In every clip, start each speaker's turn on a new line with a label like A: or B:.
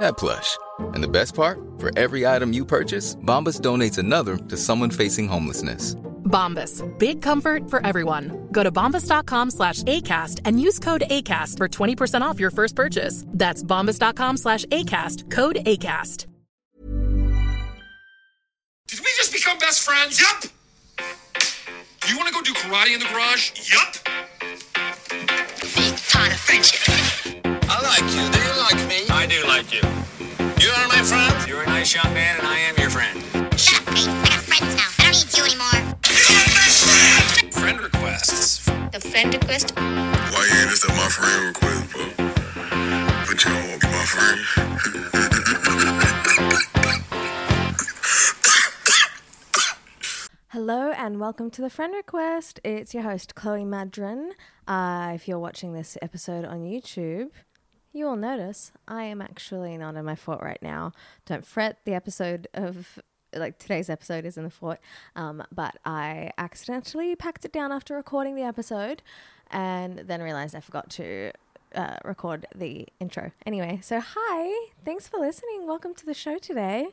A: that plush. And the best part? For every item you purchase, Bombas donates another to someone facing homelessness.
B: Bombas, big comfort for everyone. Go to bombas.com slash ACAST and use code ACAST for 20% off your first purchase. That's bombas.com slash ACAST, code ACAST.
C: Did we just become best friends? Yup. Do you want to go do karate in the garage? Yup.
D: big ton of friendship.
E: I like you. Do you like me? I do like you. You are my friend. You're a nice young man, and I am your friend.
D: Shut up, Pete. I got friends now. I don't need you anymore.
C: Friend requests.
D: The friend request?
F: Why you ain't accept my friend request, bro? But you don't want to be my friend.
G: Hello and welcome to the Friend Request. It's your host, Chloe Madron. Uh, if you're watching this episode on YouTube, you will notice I am actually not in my fort right now. Don't fret, the episode of like today's episode is in the fort, um, but I accidentally packed it down after recording the episode and then realized I forgot to uh, record the intro. Anyway, so hi, thanks for listening. Welcome to the show today.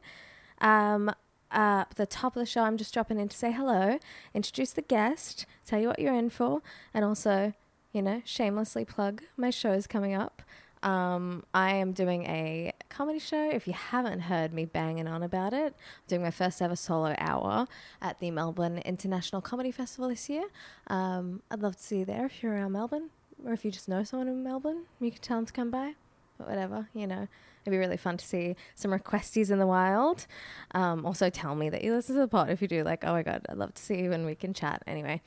G: Um, uh, at the top of the show, I'm just dropping in to say hello, introduce the guest, tell you what you're in for, and also, you know, shamelessly plug my show is coming up. Um, I am doing a comedy show. If you haven't heard me banging on about it, I'm doing my first ever solo hour at the Melbourne International Comedy Festival this year. Um, I'd love to see you there if you're around Melbourne, or if you just know someone in Melbourne, you can tell them to come by but whatever, you know. It'd be really fun to see some requesties in the wild. Um, also, tell me that you listen to the pod if you do. Like, oh my God, I'd love to see you and we can chat. Anyway,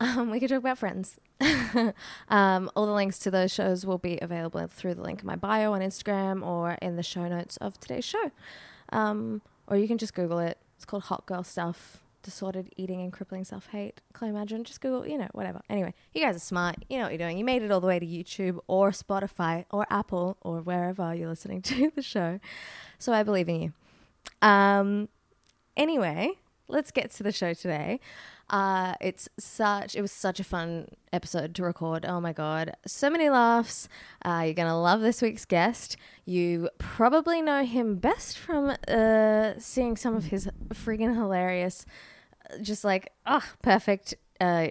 G: um, we could talk about friends. um, all the links to those shows will be available through the link in my bio on Instagram or in the show notes of today's show. Um, or you can just Google it. It's called Hot Girl Stuff Disordered Eating and Crippling Self Hate. Chloe Madron, just Google, you know, whatever. Anyway, you guys are smart. You know what you're doing. You made it all the way to YouTube or Spotify or Apple or wherever you're listening to the show. So I believe in you. Um, anyway, let's get to the show today. Uh, it's such it was such a fun episode to record. Oh my god, so many laughs. Uh, you're gonna love this week's guest. You probably know him best from uh, seeing some of his friggin' hilarious, uh, just like ah, perfect. Uh,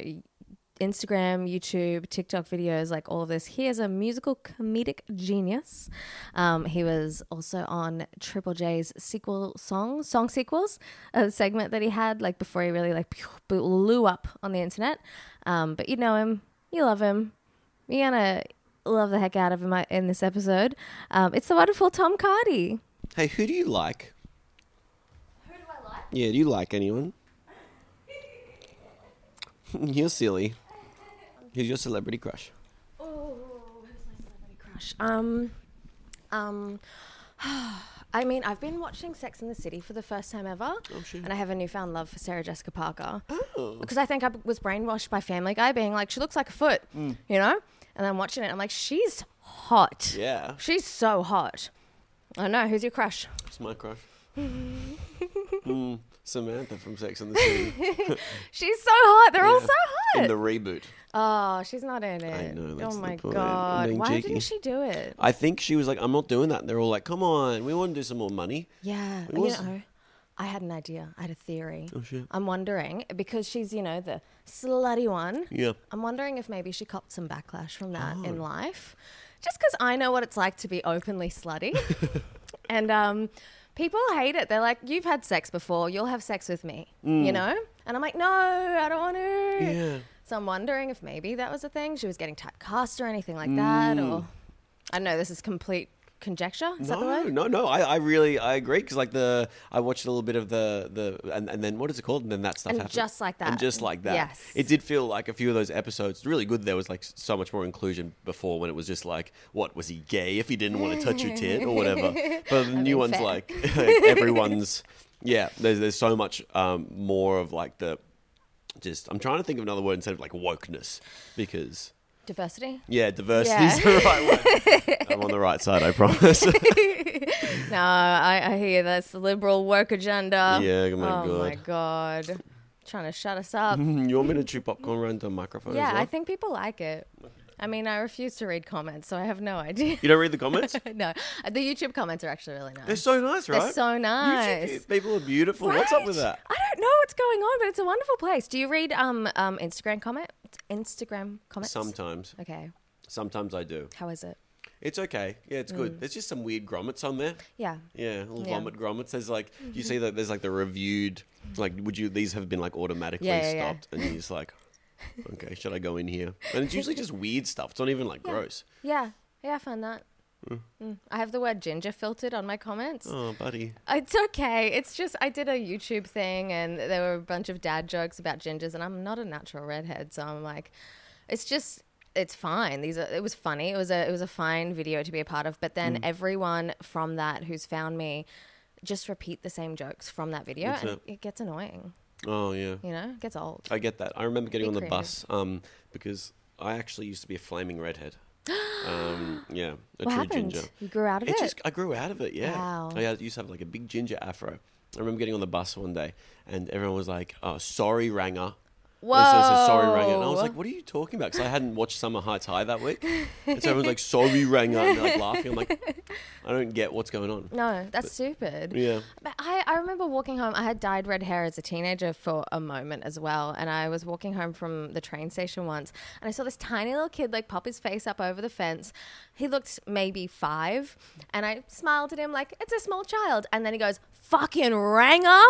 G: Instagram, YouTube, TikTok videos, like all of this. He is a musical comedic genius. Um, he was also on Triple J's sequel song, song sequels, a segment that he had like before he really like blew up on the internet. Um, but you know him, you love him, you're gonna love the heck out of him uh, in this episode. Um, it's the wonderful Tom Cardy.
H: Hey, who do you like? Who do I like? Yeah, do you like anyone? You're silly. Who's your celebrity crush?
G: Um, um, I mean, I've been watching Sex in the City for the first time ever,
H: Oh,
G: and I have a newfound love for Sarah Jessica Parker because I think I was brainwashed by Family Guy being like, she looks like a foot,
H: Mm.
G: you know. And then watching it, I'm like, she's hot.
H: Yeah.
G: she's so hot. I don't know. Who's your crush?
H: It's my crush. Mm, Samantha from Sex and the City.
G: she's so hot. They're all
H: Yeah.
G: so hot.
H: In the reboot.
G: oh, she's not in it.
H: I know.
G: oh
H: That's the
G: my
H: point. I'm
G: god.
H: being
G: Why
H: cheeky.
G: didn't she do it?
H: I think she was like, I'm not doing that. And they're all like, come on, we want to do some more money.
G: Yeah,
H: It
G: you
H: was-
G: know, I had an idea. I had a theory.
H: Oh, shit.
G: I'm wondering because she's you know the slutty one.
H: Yeah. Oh.
G: I'm wondering if maybe she copped some backlash from that in life, just because I know what it's like to be openly slutty, and um, people hate it. They're like, "You've had sex before. You'll have sex with me," you
I: Mm.
G: know. And I'm like, "No, I don't want to."
I: Yeah.
G: So I'm wondering if maybe that was a thing. She was getting typecast or anything like that,
H: Mm.
G: or I don't know. This is complete conjecture. Is that the
H: no,
G: word?
H: no, no. I, I really, I agree because like the, I watched a little bit of the, the, and, and then what is it called? And then that stuff
G: And
H: happened.
G: Just Like That.
H: And just like that.
G: Yes.
H: It did feel like a few of those episodes really good. There was like so much more inclusion before when it was just like, what was he gay if he didn't want to touch your tit or whatever. But the
G: I mean,
H: new ones
G: fair.
H: like, like everyone's, yeah. There's there's so much um, more of like the, just I'm trying to think of another word instead of like wokeness because.
G: Diversity.
H: Yeah, diversity
G: Yeah.
H: is the right word. I'm on the right side, I promise.
G: No, I, I hear that's the liberal work agenda.
H: Yeah, my
G: oh my
H: God.
G: god, trying to shut us up.
H: Mm, you want me to chew popcorn around the microphone?
G: yeah,
H: as well?
G: I think people like it. I mean, I refuse to read comments, so I have no idea.
H: You don't read the comments?
G: no, Uh, the YouTube comments are actually really nice.
H: They're so nice, right?
G: They're so
H: YouTube
G: nice.
H: people are beautiful. What's up with that?
G: I don't know what's going on, but it's a wonderful place. Do you read um um Instagram comment Instagram comments?
H: Sometimes.
G: Okay,
H: Sometimes I do.
G: how is it?
H: It's okay. Yeah, it's good.
G: Mm.
H: There's just some weird grommets on there.
G: Yeah.
H: Yeah, little
G: Yeah. Mm-hmm.
H: vomit grommets. There's like you see that there's like the reviewed like would you these have been like automatically
G: Yeah, yeah, yeah.
H: stopped and you're just like okay, should I go in here? And it's usually just weird stuff. It's not even like gross.
G: Yeah, yeah, I found that.
H: Mm.
G: Mm. I have the word ginger filtered on my comments.
H: Oh, buddy.
G: It's okay. It's just I did a YouTube thing and there were a bunch of dad jokes about gingers and I'm not a natural redhead, so I'm like it's just it's fine. These are it was funny. It was a it was a fine video to be a part of, but then
I: Mm.
G: everyone from that who's found me just repeat the same jokes from that video
H: That's
G: and
H: it.
G: it. gets annoying.
H: Oh, yeah.
G: You know? It gets old.
H: I get that. I remember getting
G: Be
H: on the
G: creative.
H: bus um, because I actually used to be a flaming redhead. um, yeah,
G: What
H: a true
G: happened?
H: ginger.
G: You grew out of it?
H: Just, I grew out of it. Yeah,
G: Wow.
H: I had- used to have like a big ginger afro. I remember getting on the bus one day, and everyone was like, oh, "Sorry, Ranger." They said, "So sorry, Ranger," and I was
G: Whoa.
H: like, "What are you talking about?" Because I hadn't watched Summer Heights High that week, and so everyone's like, "Sorry, Ranger," and they're like laughing. I'm like, "I don't get what's going on."
G: No, that's stupid.
H: Yeah.
G: But I, I remember walking home. I had dyed red hair as a teenager for a moment as well. And I was walking home from the train station once and I saw this tiny little kid like pop his face up over the fence. He looked maybe five. And I smiled at him like, it's a small child. And then he goes, fucking Ranger.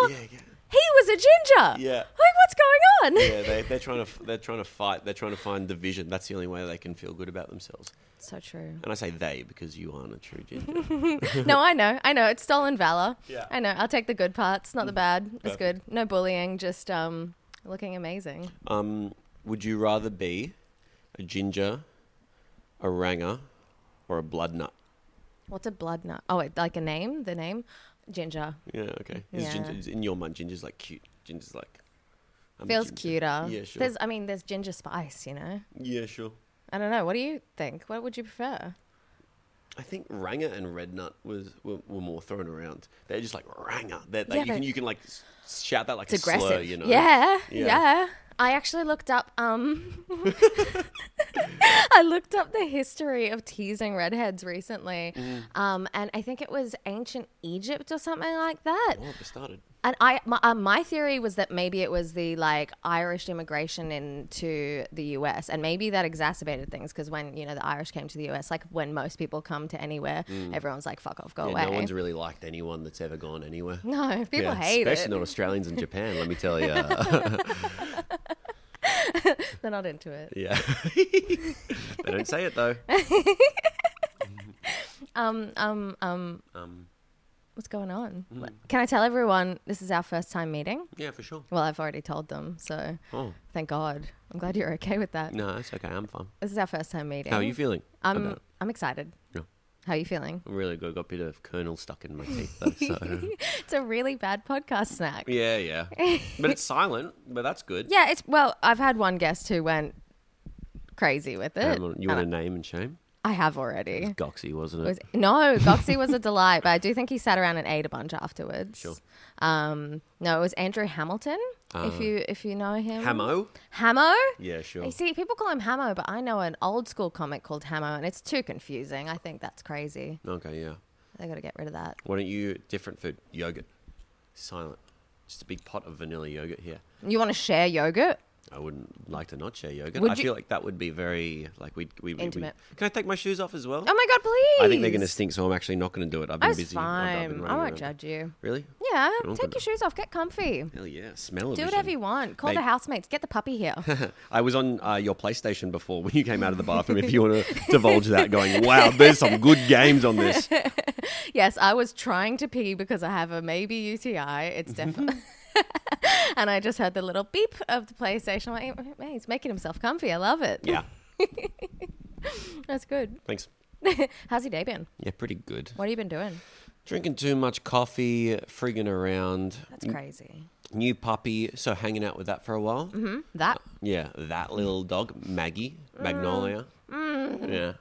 G: He was a ginger.
H: Yeah.
G: Like, what's going on?
H: Yeah, they, they're trying to they're trying to fight. They're trying to find division. That's the only way they can feel good about themselves.
G: So true.
H: And I say they because you aren't a true ginger.
G: no, I know. I know. It's stolen valor.
H: Yeah. Mm.
G: I know. I'll take the good parts, not the bad. It's good.
H: Perfect.
G: No bullying, just um, looking amazing.
H: Um, would you rather be a ginger, a ranger, or a blood nut?
G: What's a blood nut? Oh, wait, like a name? The name? Ginger.
H: Yeah, okay. Is
G: Yeah.
H: ginger, is- in your mind, ginger's like cute. Ginger's like I'm a
G: Feels
H: ginger.
G: cuter.
H: Yeah, sure.
G: There's, I mean, there's ginger spice, you know?
H: yeah, sure.
G: I don't know. What do you think? What would you prefer?
H: I think ranger and red nut was were, were more thrown around. They're just like ranger. They're,
G: Yeah,
H: like, you can
G: but-
H: you can like s- shout that like
G: It's
H: a slur,
G: aggressive.
H: you know?
G: Yeah, yeah. I actually looked up um I looked up the history of teasing redheads recently.
H: Mm.
G: Um and I think it was ancient Egypt or something like that.
H: Oh, they started.
G: And I, my, uh, my theory was that maybe it was the like Irish immigration into the U.S. and maybe that exacerbated things because when you know the Irish came to the U.S., like when most people come to anywhere,
H: Mm.
G: everyone's like "fuck off, go
H: yeah,
G: away."
H: No one's really liked anyone that's ever gone anywhere.
G: No, people
H: Yeah,
G: hate it.
H: Especially not Australians in Japan, let me tell you.
G: They're not into it.
H: yeah. they don't say it though.
G: Um, um, um,
H: Um,
G: what's going on?
H: Mm.
G: Can I tell everyone this is our first time meeting?
H: Yeah, for sure.
G: Well, I've already told them, so
H: Oh.
G: thank God. I'm glad you're okay with that.
H: No, it's okay. I'm fine.
G: This is our first time meeting.
H: How are you feeling
G: I'm,
H: about it?
G: I'm excited.
H: Yeah.
G: How are you feeling?
H: I'm really good. Got a bit of kernel stuck in my teeth though. So.
G: It's a really bad podcast snack.
H: yeah, yeah. But it's silent. But that's good.
G: Yeah, it's well, I've had one guest who went crazy with it.
H: Um, you
G: and
H: want to name and shame?
G: I have already.
I: It was Goxie, wasn't
G: It
I: it?
G: was- no, Goxie was a delight, but I do think he sat around and ate a bunch afterwards.
I: Sure.
G: Um, no, it was Andrew Hamilton.
H: Ah.
G: if you if you know him,
H: Hamo?
G: Hamo.
H: Yeah, sure.
G: You see, people call him Hamo, but I know an old school comic called Hamo, and it's too confusing. I think that's crazy.
H: Okay, yeah.
G: They got to get rid of that.
H: Why don't you different for yogurt? Silent. Just a big pot of vanilla yogurt here.
G: You want to share yogurt?
H: I wouldn't like to not share yogurt.
G: Would
H: I
G: you-
H: feel like that would be very like we'd we we
G: Intimate.
H: Can I take my shoes off as well?
G: Oh my god, please!
H: I think they're going to stink, so I'm actually not going to do it. I've been
G: That's
H: busy. I've,
G: fine.
H: I've been
G: I
H: running
G: won't
H: around.
G: judge you.
H: Really?
G: Yeah,
H: Oh,
G: take your
H: good.
G: shoes off. Get comfy.
H: Hell yeah, smell
G: Do whatever you want. Call the housemates. Get the puppy here.
H: I was on uh, your PlayStation before when you came out of the bathroom. If you want to divulge that, going, wow, there's some good games on this.
G: yes, I was trying to pee because I have a maybe UTI. It's
H: Mm-hmm.
G: definitely. and I just heard the little beep of the PlayStation. I'm like, man, he's making himself comfy. I love it.
H: Yeah.
G: That's good.
H: Thanks.
G: How's your day been?
H: Yeah, pretty good.
G: What have you been doing?
H: Drinking too much coffee, frigging around.
G: That's crazy.
H: New puppy, so hanging out with that for a while.
G: hmm That
H: Yeah, that little dog, Maggie, Magnolia.
G: Mm.
H: Yeah,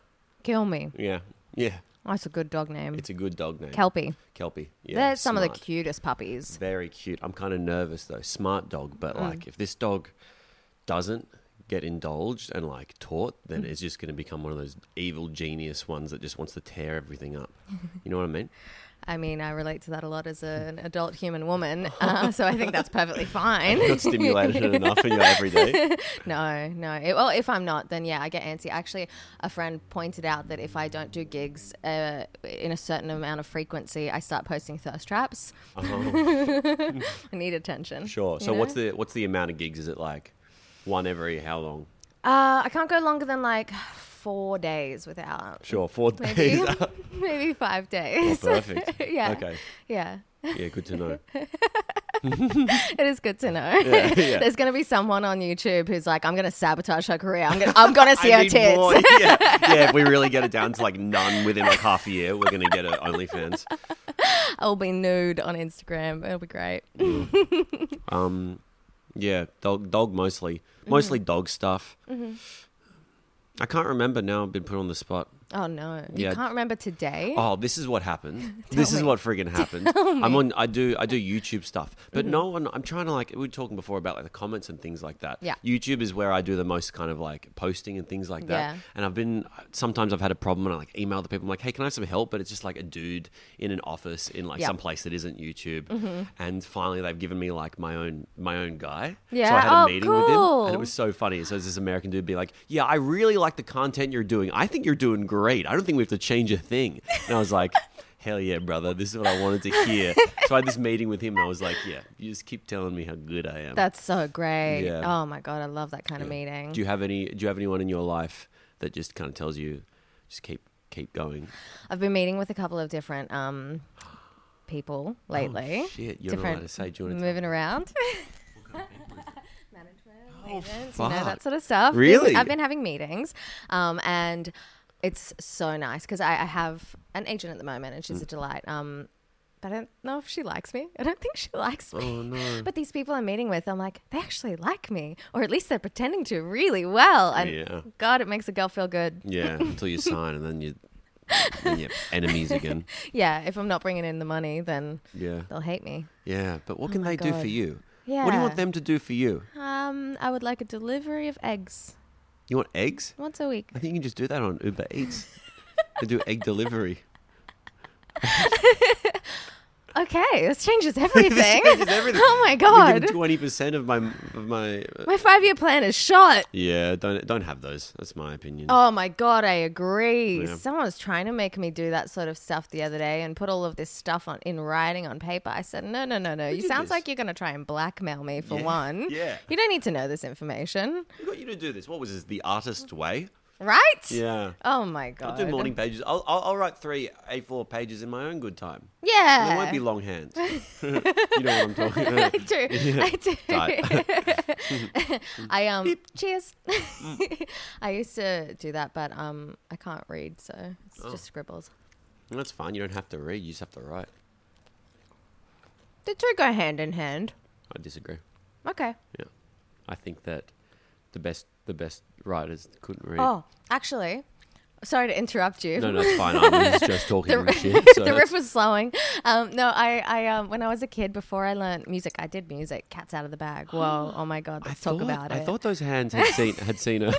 G: kill me.
H: yeah, yeah.
G: That's a good dog name.
H: It's a good dog name.
G: Kelpie.
H: Kelpie. Yeah,
G: They're some of the
H: smart.
G: cutest puppies.
H: Very cute. I'm kind of nervous though. Smart dog, but
G: Mm.
H: like if this dog doesn't get indulged and like taught, then
G: Mm.
H: it's just going to become one of those evil genius ones that just wants to tear everything up. You know what I mean?
G: I mean, I relate to that a lot as an adult human woman, uh, so I think that's perfectly fine.
H: Not stimulated enough in your everyday.
G: No, no. It- well, if I'm not, then yeah, I get antsy. Actually, a friend pointed out that if I don't do gigs uh, in a certain amount of frequency, I start posting thirst traps.
H: Oh.
G: I need attention.
H: Sure.
G: you
H: So what's
G: know?
H: the what's the amount of gigs? Is it like one every how long?
G: Uh, I can't go longer than like four days without.
H: Sure, four
G: Maybe,
H: days.
G: maybe five days.
H: Oh, perfect.
G: yeah.
H: Okay.
G: Yeah.
H: Yeah, good to know.
G: it is good to know.
H: Yeah, yeah.
G: There's going to be someone on YouTube who's like, I'm going to sabotage her career. I'm going to I'm gonna see her
H: I need more.
G: tits.
H: Yeah. yeah, if we really get it down to like none within like half a year, we're going to get a OnlyFans.
G: I'll be nude on Instagram. It'll be great.
H: Um, yeah, dog, dog mostly,
G: Mm-hmm.
H: mostly dog stuff.
G: Mhm.
H: I can't remember now. I've been put on the spot.
G: Oh, no. You
H: Yeah.
G: can't remember today?
H: Oh, this is what happened. this is what friggin' happened.
G: Tell
H: I'm
G: me.
H: on. I do. I do YouTube stuff, but
G: Mhm.
H: no one. I'm trying to like. We were talking before about like the comments and things like that.
G: Yeah.
H: YouTube is where I do the most kind of like posting and things like that.
G: Yeah.
H: And I've been sometimes I've had a problem and I like email the people. I'm like, hey, can I have some help? But it's just like a dude in an office in like
G: Yeah.
H: some place that isn't YouTube.
G: Mhm.
H: And finally, they've given me like my own my own guy. So
G: Yeah.
H: I had a
G: Oh,
H: meeting with him, and
G: cool.
H: it was so funny. So this American dude be like, "Yeah, I really like the content you're doing. I think you're doing great. I don't think we have to change a thing." And I was like, "Hell yeah, brother! This is what I wanted to hear." so I had this meeting with him, and I was like, "Yeah, you just keep telling me how good I am."
G: That's so great.
H: Yeah.
G: Oh, my God. I love that kind of meeting.
H: Do you have any? Do you have anyone in your life that just kind of tells you, just keep keep going?
G: I've been meeting with a couple of different um, people lately.
H: Oh, shit, you're not
G: different
H: allowed to say. Do you wanna
G: moving around. Management, maintenance, you know that
H: Oh, fuck.
G: sort of stuff. Been-
H: Really?
G: I've been having meetings, um, and it's so nice because I, I have an agent at the moment, and
H: Mm.
G: she's a delight. Um, but I don't know if she likes me. I don't think she likes me.
H: Oh no!
G: But these people I'm meeting with, I'm like, they actually like me, or at least they're pretending to really well. And
H: Yeah.
G: God, it makes a girl feel good.
H: yeah, until you sign, and then you, then you're enemies again.
G: Yeah, if I'm not bringing in the money, then
H: Yeah.
G: they'll hate me.
H: Yeah, but what
G: Oh
H: can
G: my
H: they do
G: God.
H: for you? What do you
G: Yeah.
H: want them to do for you?
G: Um, I would like a delivery of eggs
H: You want eggs?
G: once a week.
H: I think you can just do that on Uber Eats. they do egg delivery.
G: Okay, this changes everything.
H: changes everything.
G: Oh my god,
H: Twenty percent of my of my. uh,
G: my five-year plan is shot.
H: yeah, don't don't have those. That's my opinion.
G: Oh my god, I agree.
H: Yeah.
G: Someone was trying to make me do that sort of stuff the other day and put all of this stuff on in writing on paper. I said, "No, no, no, no. You
H: did
G: sounds
H: this?
G: like you're going to try and blackmail me for
H: Yeah,
G: one.
H: yeah.
G: You don't need to know this information,
H: Who got you to do this? What was this? The artist way?
G: right?
H: Yeah.
G: Oh my god.
H: I'll do morning pages. I'll, I'll, I'll write three A4 pages in my own good time. And
G: Yeah.
H: they won't be long hands. you know what I'm talking
G: I
H: about.
G: do.
H: Yeah.
G: I do.
H: Right.
G: I um. Cheers.
H: Mm.
G: I used to do that, but um, I can't read, so it's
H: Oh.
G: just scribbles.
H: That's fine. You don't have to read. You just have to write.
G: The two go hand in hand.
H: I disagree.
G: Okay.
H: Yeah, I think that the best the best writers couldn't read.
G: Oh, actually, Sorry to interrupt you.
H: No, no, it's fine. I was just talking
G: the,
H: shit. so
G: the
H: that's-
G: riff was slowing. Um, no, I, I um, when I was a kid, before I learned music, I did music. Cats out of the bag. Whoa, oh my god, let's talk
H: thought-
G: about
H: I
G: it.
H: thought those hands had seen had seen a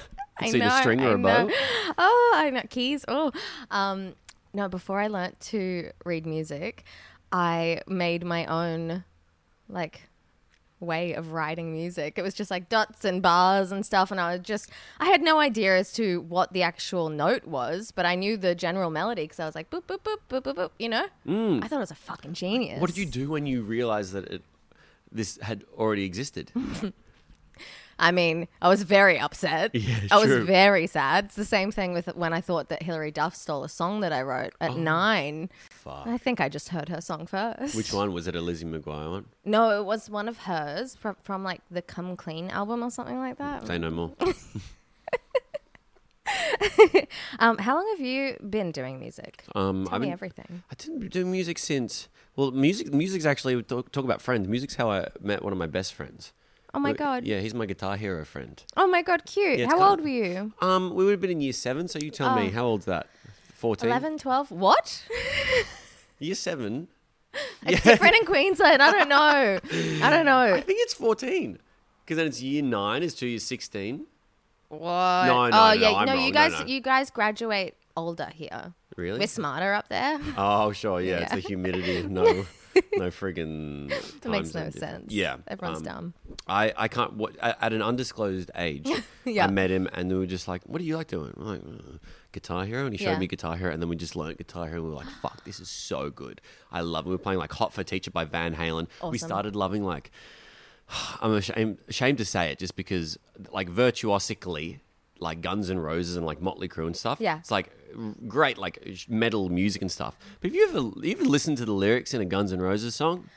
G: I
H: had seen a string or
G: I
H: a bow.
G: know. Oh, I know keys. Oh, um, no. Before I learnt to read music, I made my own like way of writing music. It was just like dots and bars and stuff, and I was just I had no idea as to what the actual note was, but I knew the general melody because I was like boop boop boop boop boop boop. You know,
H: Mm.
G: I thought I was a fucking genius.
H: What did you do when you realized that it, this had already existed?
G: I mean, I was very upset.
H: Yeah,
G: I was
H: true.
G: very sad. It's the same thing with when I thought that Hilary Duff stole a song that I wrote at
H: Oh.
G: nine.
H: Fuck.
G: I think I just heard her song first.
H: Which one was it? A Lizzie McGuire one?
G: No, it was one of hers from, from like the Come Clean album or something like that.
H: Say no more.
G: Um, how long have you been doing music?
H: Um,
G: Tell
H: I've
G: me
H: been-
G: everything.
H: I didn't do music since. Well, music. Music's actually talk, talk about friends. Music's how I met one of my best friends.
G: Oh my
H: Like,
G: God.
H: Yeah, he's my guitar hero friend.
G: Oh my god, cute.
H: Yeah, it's
G: how
H: kinda-
G: old were you?
H: Um, we would have been in year seven. So you tell me,
G: Oh.
H: how old's that? Fourteen.
G: 11, 12? What?
H: Year seven.
G: It's different in Queensland. I don't know. I don't know.
H: I think it's fourteen. Because then it's year nine is to year sixteen.
G: What?
H: No, no,
G: oh
H: no,
G: yeah,
H: I'm
G: no,
H: wrong.
G: you
H: No,
G: guys,
H: no.
G: you guys graduate older here.
H: Really?
G: We're smarter up there.
H: Oh, sure. Yeah, it's
G: Yeah.
H: the humidity. and No, no friggin'
G: It makes
H: times
G: no
H: and diff-
G: sense.
H: Yeah,
G: Everyone's
H: um,
G: dumb.
H: I, I can't. What, at at an undisclosed age,
G: Yeah.
H: I met him, and we were just like, "What do you like doing?" I'm like, "Uh, "Guitar Hero," and he showed
G: Yeah.
H: me Guitar Hero, and then we just learned Guitar Hero, and we were like, "Fuck, this is so good! I love." it. We were playing like "Hot for Teacher" by Van Halen. We
G: Awesome.
H: started loving like. I'm ashamed, ashamed to say it, just because like virtuosically, like Guns and Roses and like Motley Crue and stuff.
G: Yeah.
H: it's like r- great like sh- metal music and stuff. But have you ever even listened to the lyrics in a Guns and Roses song?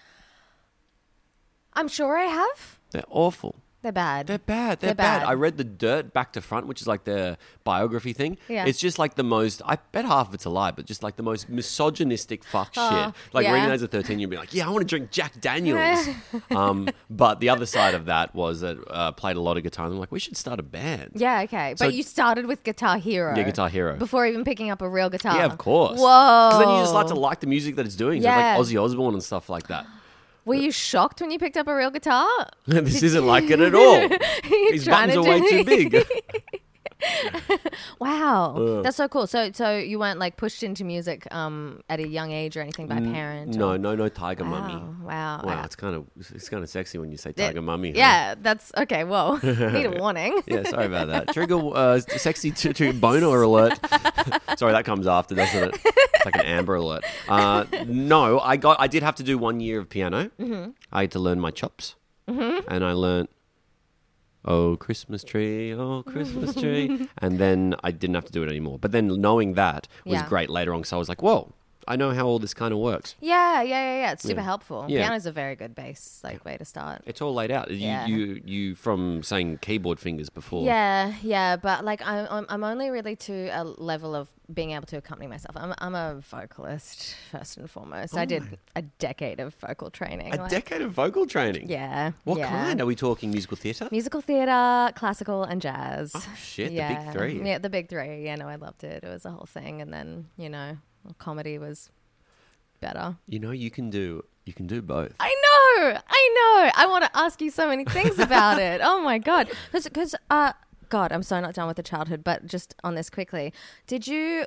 G: I'm sure I have.
H: They're awful.
G: They're bad.
H: They're bad. They're,
G: They're
H: bad.
G: bad.
H: I read the Dirt back to front, which is like their biography thing.
G: Yeah.
H: It's just like the most. I bet half of it's a lie, but just like the most misogynistic fuck
G: Oh,
H: shit. Like
G: yeah.
H: reading that as a thirteen, you'd be like, yeah, I want to drink Jack Daniels. um, but the other side of that was that uh, played a lot of guitar, and I'm like, we should start a band.
G: Yeah, okay.
H: So-
G: but you started with Guitar Hero.
H: Yeah, Guitar Hero.
G: Before even picking up a real guitar.
H: Yeah, of course.
G: Whoa.
H: Because then you just like to like the music that it's doing. So
G: Yeah.
H: it's like Ozzy Osbourne and stuff like that.
G: Were you shocked when you picked up a real guitar?
H: this isn't like it at all.
G: You're
H: These
G: trying
H: buttons are
G: to
H: way
G: do-
H: too big. Uh.
G: Wow,
H: Ugh.
G: that's so cool. So, so you weren't like pushed into music um, at a young age or anything by parents?
H: No,
G: or-
H: no, no, Tiger Mummy.
G: Wow, Oh, wow.
H: Wow, it's kind of it's kind of sexy when you say Tiger Mummy. huh?
G: Yeah, that's okay. Whoa, need a warning.
H: Yeah, sorry about that. Trigger uh, sexy t- t- boner alert. sorry, that comes after, doesn't it? It's like an amber alert. Uh, no, I got I did have to do one year of piano.
G: Mhm.
H: I had to learn my chops,
G: Mhm.
H: and I learnt. Oh Christmas tree, oh Christmas tree, and then I didn't have to do it anymore. But then knowing that was
G: Yeah.
H: great later on, so I was like, "Whoa, I know how all this kind of works."
G: Yeah, yeah, yeah, yeah. It's super
H: Yeah.
G: helpful.
H: Yeah.
G: Piano's a very good bass like way to start.
H: It's all laid out. You,
G: Yeah.
H: you, you from saying keyboard fingers before.
G: Yeah, yeah, but like I'm, I'm, I'm only really to a level of being able to accompany myself. I'm, I'm a vocalist first and foremost. I did a decade of vocal training.
H: Oh. a
G: like-
H: decade of vocal training.
G: Yeah.
H: What
G: yeah.
H: kind? Are we talking musical theatre?
G: Musical theatre, classical, and jazz. Oh,
H: shit, the big three.
G: Yeah, the big three. Yeah, no, I loved it. It was a whole thing, and then you know, comedy was better.
H: You know, you can do you can do both.
G: I know, I know. I want to ask you so many things about it. Oh my god, because uh, God, I'm so not done with the childhood, but just on this quickly, did you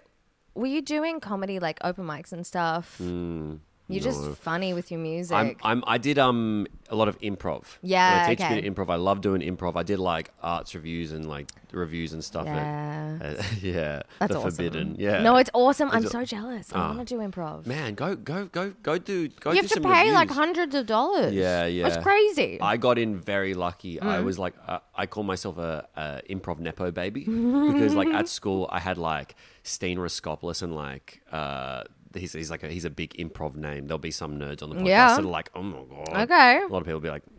G: were you doing comedy like open mics and stuff?
H: Mm,
G: You're just
H: no.
G: funny with your music.
H: I'm, I'm, I did um a lot of improv.
G: Yeah,
H: When I teach a bit
G: okay.
H: of improv. I love doing improv. I did like arts reviews and like reviews and stuff. and-
G: Yeah.
H: uh, yeah.
G: That's
H: the
G: awesome.
H: forbidden. Yeah.
G: No, it's awesome. I'm
H: It's-
G: so jealous.
H: Ah.
G: I want to do improv.
H: Man, go go go go do go
G: you
H: do
G: have to
H: some
G: pay like
H: reviews.
G: hundreds of dollars.
H: Yeah, yeah.
G: It's crazy.
H: I got in very lucky. I
G: Mm.
H: was like, uh, I call myself a, a improv nepo baby because, like, at school I had like Steen Raskopoulos and like. Uh, He's, he's like a, he's a big improv name. There'll be some nerds on the podcast
G: Yeah.
H: that are like, oh my god.
G: Okay.
H: A lot of people be like,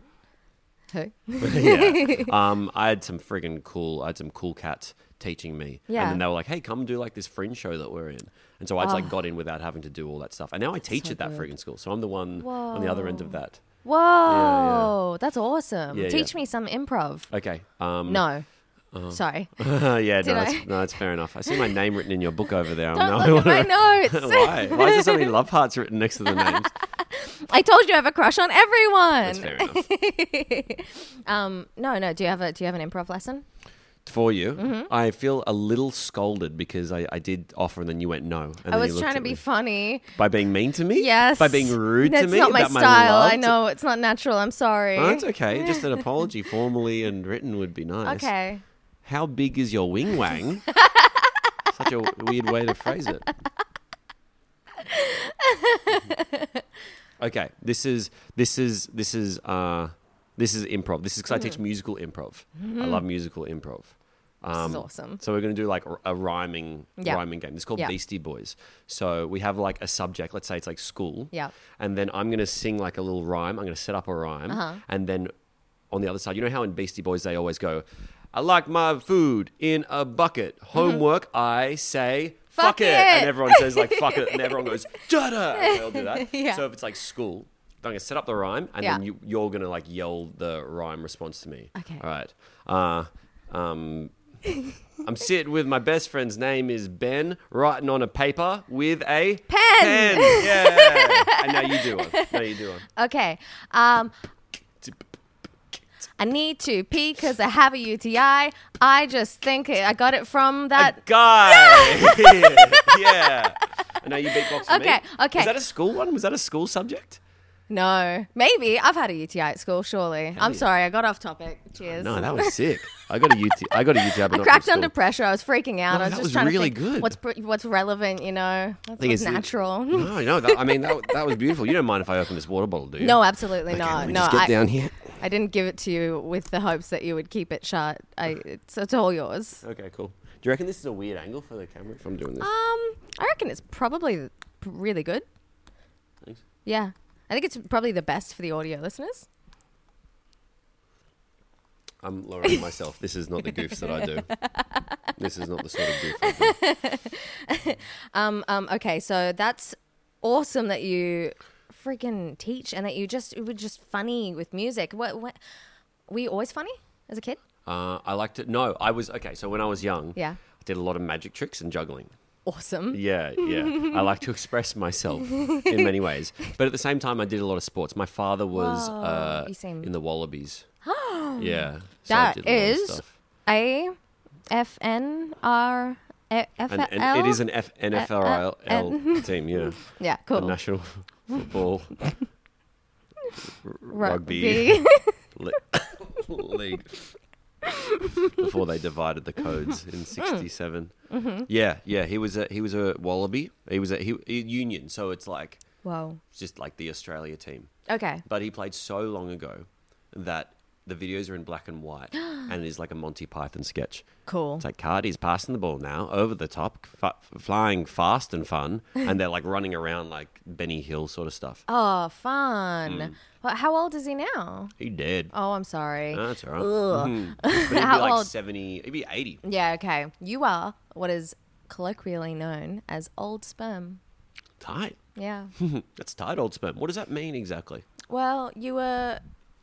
G: Who?
H: yeah. um, I had some friggin' cool. I had some cool cats teaching me, and
G: Yeah.
H: then they were like, hey, come do like this fringe show that we're in. And so I just like
G: Oh.
H: got in without having to do all that stuff. And now I teach
G: so
H: at that
G: good.
H: friggin' school, so I'm the one on the other end of that.
G: Whoa, that's awesome.
H: Yeah,
G: Teach
H: yeah.
G: me some improv.
H: Okay. Um,
G: no.
H: Uh-huh.
G: Sorry.
H: yeah,
G: Did
H: no,
G: I?
H: that's, no, that's fair enough. I see my name written in your book over there. I'm
G: Don't
H: not-
G: look at my notes.
H: Why? Why is there so many love hearts written next to the names?
G: I told you I have a crush on everyone.
H: fair
G: um, no, no. Do you have a Do you have an improv lesson?
H: For you,
G: Mhm.
H: I feel a little scolded because I, I did offer and then you went no.
G: I
H: And then you
G: was
H: looked
G: trying to
H: at
G: be
H: me.
G: funny.
H: By being mean to me?
G: Yes.
H: By being rude
G: That's
H: to me?
G: not my
H: about
G: style.
H: love
G: I
H: to-
G: know it's not natural. I'm sorry.
H: Oh, that's okay. Just an apology, formally and written, would be nice.
G: Okay.
H: How big is your wing wang? Such a weird way to phrase it. okay, this is this is this is uh this is improv. This is because I teach
G: Mhm.
H: musical improv. I
G: Mhm.
H: love musical improv. Um,
G: is awesome.
H: So we're going to do like r- a rhyming
G: Yeah.
H: rhyming game. It's called
G: Yeah.
H: Beastie Boys. So we have like a subject. Let's say it's like school.
G: Yeah.
H: And then I'm going to sing like a little rhyme. I'm going to set up a rhyme.
G: Uh-huh.
H: And then on the other side, you know how in Beastie Boys they always go, I like my food in a bucket. Homework, I say, fuck,
G: Mm-hmm. Fuck
H: it.
G: it.
H: And everyone says, like, fuck it. And everyone goes, jada. And they all do that.
G: Yeah.
H: So if it's like school, I'm going to set up the rhyme and
G: Yeah.
H: then you, you're going to like yell the rhyme response to me.
G: Okay.
H: All right. Uh, um, I'm sitting with my best friend's name is Ben, writing on a paper with a pen. Pen. Yeah. and now you do one. Now you do one.
G: Okay. Um, I need to pee because I have a UTI. I just think it, I got it from that.
H: Guy. yeah. And now you beatbox for me.
G: Okay, okay.
H: Was that a school one? Was that a school subject?
G: No, maybe I've had a UTI at school. Surely. I'm
H: yeah.
G: sorry. I got off topic. Cheers.
H: No, that was sick. I got a UT. I got a UT. But
G: I
H: not
G: cracked
H: from
G: under
H: school.
G: pressure. I was freaking out.
H: No,
G: I was
H: that
G: just
H: was
G: trying
H: really
G: to think
H: good.
G: what's pr- what's relevant. You know, that's
H: think
G: what's
H: it's-
G: natural.
H: No, no. That, I mean, that, that was beautiful. You don't mind if I open this water bottle, do you?
G: No, absolutely
H: Okay,
G: not.
H: let me
G: no,
H: just get
G: I,
H: down here.
G: I didn't give it to you with the hopes that you would keep it shut. I, it's, it's all yours.
H: Okay, cool. Do you reckon this is a weird angle for the camera if I'm doing this?
G: Um, I reckon it's probably really good.
H: Thanks.
G: Yeah, I think it's probably the best for the audio listeners.
H: I'm lowering myself. This is not the goofs that I do. This is not the sort of goof I do.
G: Um, um, okay, so that's awesome that you freaking teach and that you just you were just funny with music. What, what were you always funny as a kid?
H: Uh, I like to. No, I was okay. So when I was young,
G: Yeah.
H: I did a lot of magic tricks and juggling.
G: Awesome.
H: Yeah, yeah. I like to express myself in many ways, but at the same time, I did a lot of sports. My father was
G: Whoa,
H: uh,
G: you seem-
H: in the Wallabies. yeah, so I
G: That
H: did a lot of
G: is
H: stuff.
G: a F N R E, F
H: And,
G: L.
H: and it is an F- NFRL
G: N-
H: team, yeah.
G: Yeah,
H: The
G: cool.
H: National football r-
G: Rugby.
H: rugby li- league. Before they divided the codes
G: Mm.
H: in '67.
G: Mhm.
H: Yeah, yeah. He was a he was a wallaby. He was a he a union. So it's like
G: Whoa.
H: it's just like the Australia team.
G: Okay.
H: But he played so long ago that the videos are in black and white, and it is like a Monty Python sketch.
G: Cool.
H: It's like Cardi's passing the ball now, over the top, fa- flying fast and fun, and they're like running around like Benny Hill sort of stuff.
G: Oh, fun.
H: Mm.
G: Well, how old is he now?
H: He dead.
G: Oh, I'm sorry.
H: No, that's all right.
G: Ugh.
H: Mhm. But he'd be
G: How
H: like
G: old?
H: 70, he'd be 80.
G: Yeah, okay. You are what is colloquially known as old sperm.
H: Tight.
G: Yeah.
H: that's tight, old sperm. What does that mean exactly?
G: Well, you were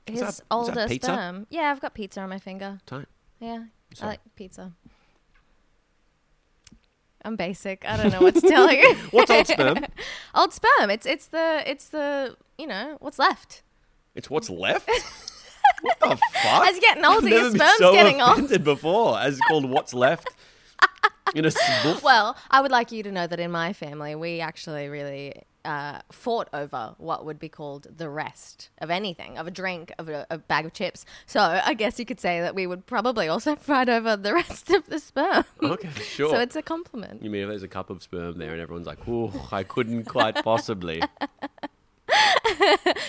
G: his
H: that- is that
G: older
H: pizza?
G: sperm. Yeah, I've got pizza on my finger.
H: Tight.
G: Yeah, I
H: Sorry.
G: like pizza. I'm basic. I don't know what to tell you.
H: What's old sperm?
G: old sperm. It's it's the it's the you know what's left.
H: It's what's left? what the fuck?
G: As you're getting older,
H: I've
G: your
H: never been
G: sperm's
H: so
G: getting old.
H: offended before as called what's left. In a spoof.
G: Well, I would like you to know that in my family, we actually really uh, fought over what would be called the rest of anything, of a drink, of a, a bag of chips. So I guess you could say that we would probably also fight over the rest of the sperm.
H: Okay, sure.
G: So it's a compliment.
H: You mean if there's a cup of sperm there and everyone's like, oh, I couldn't quite possibly.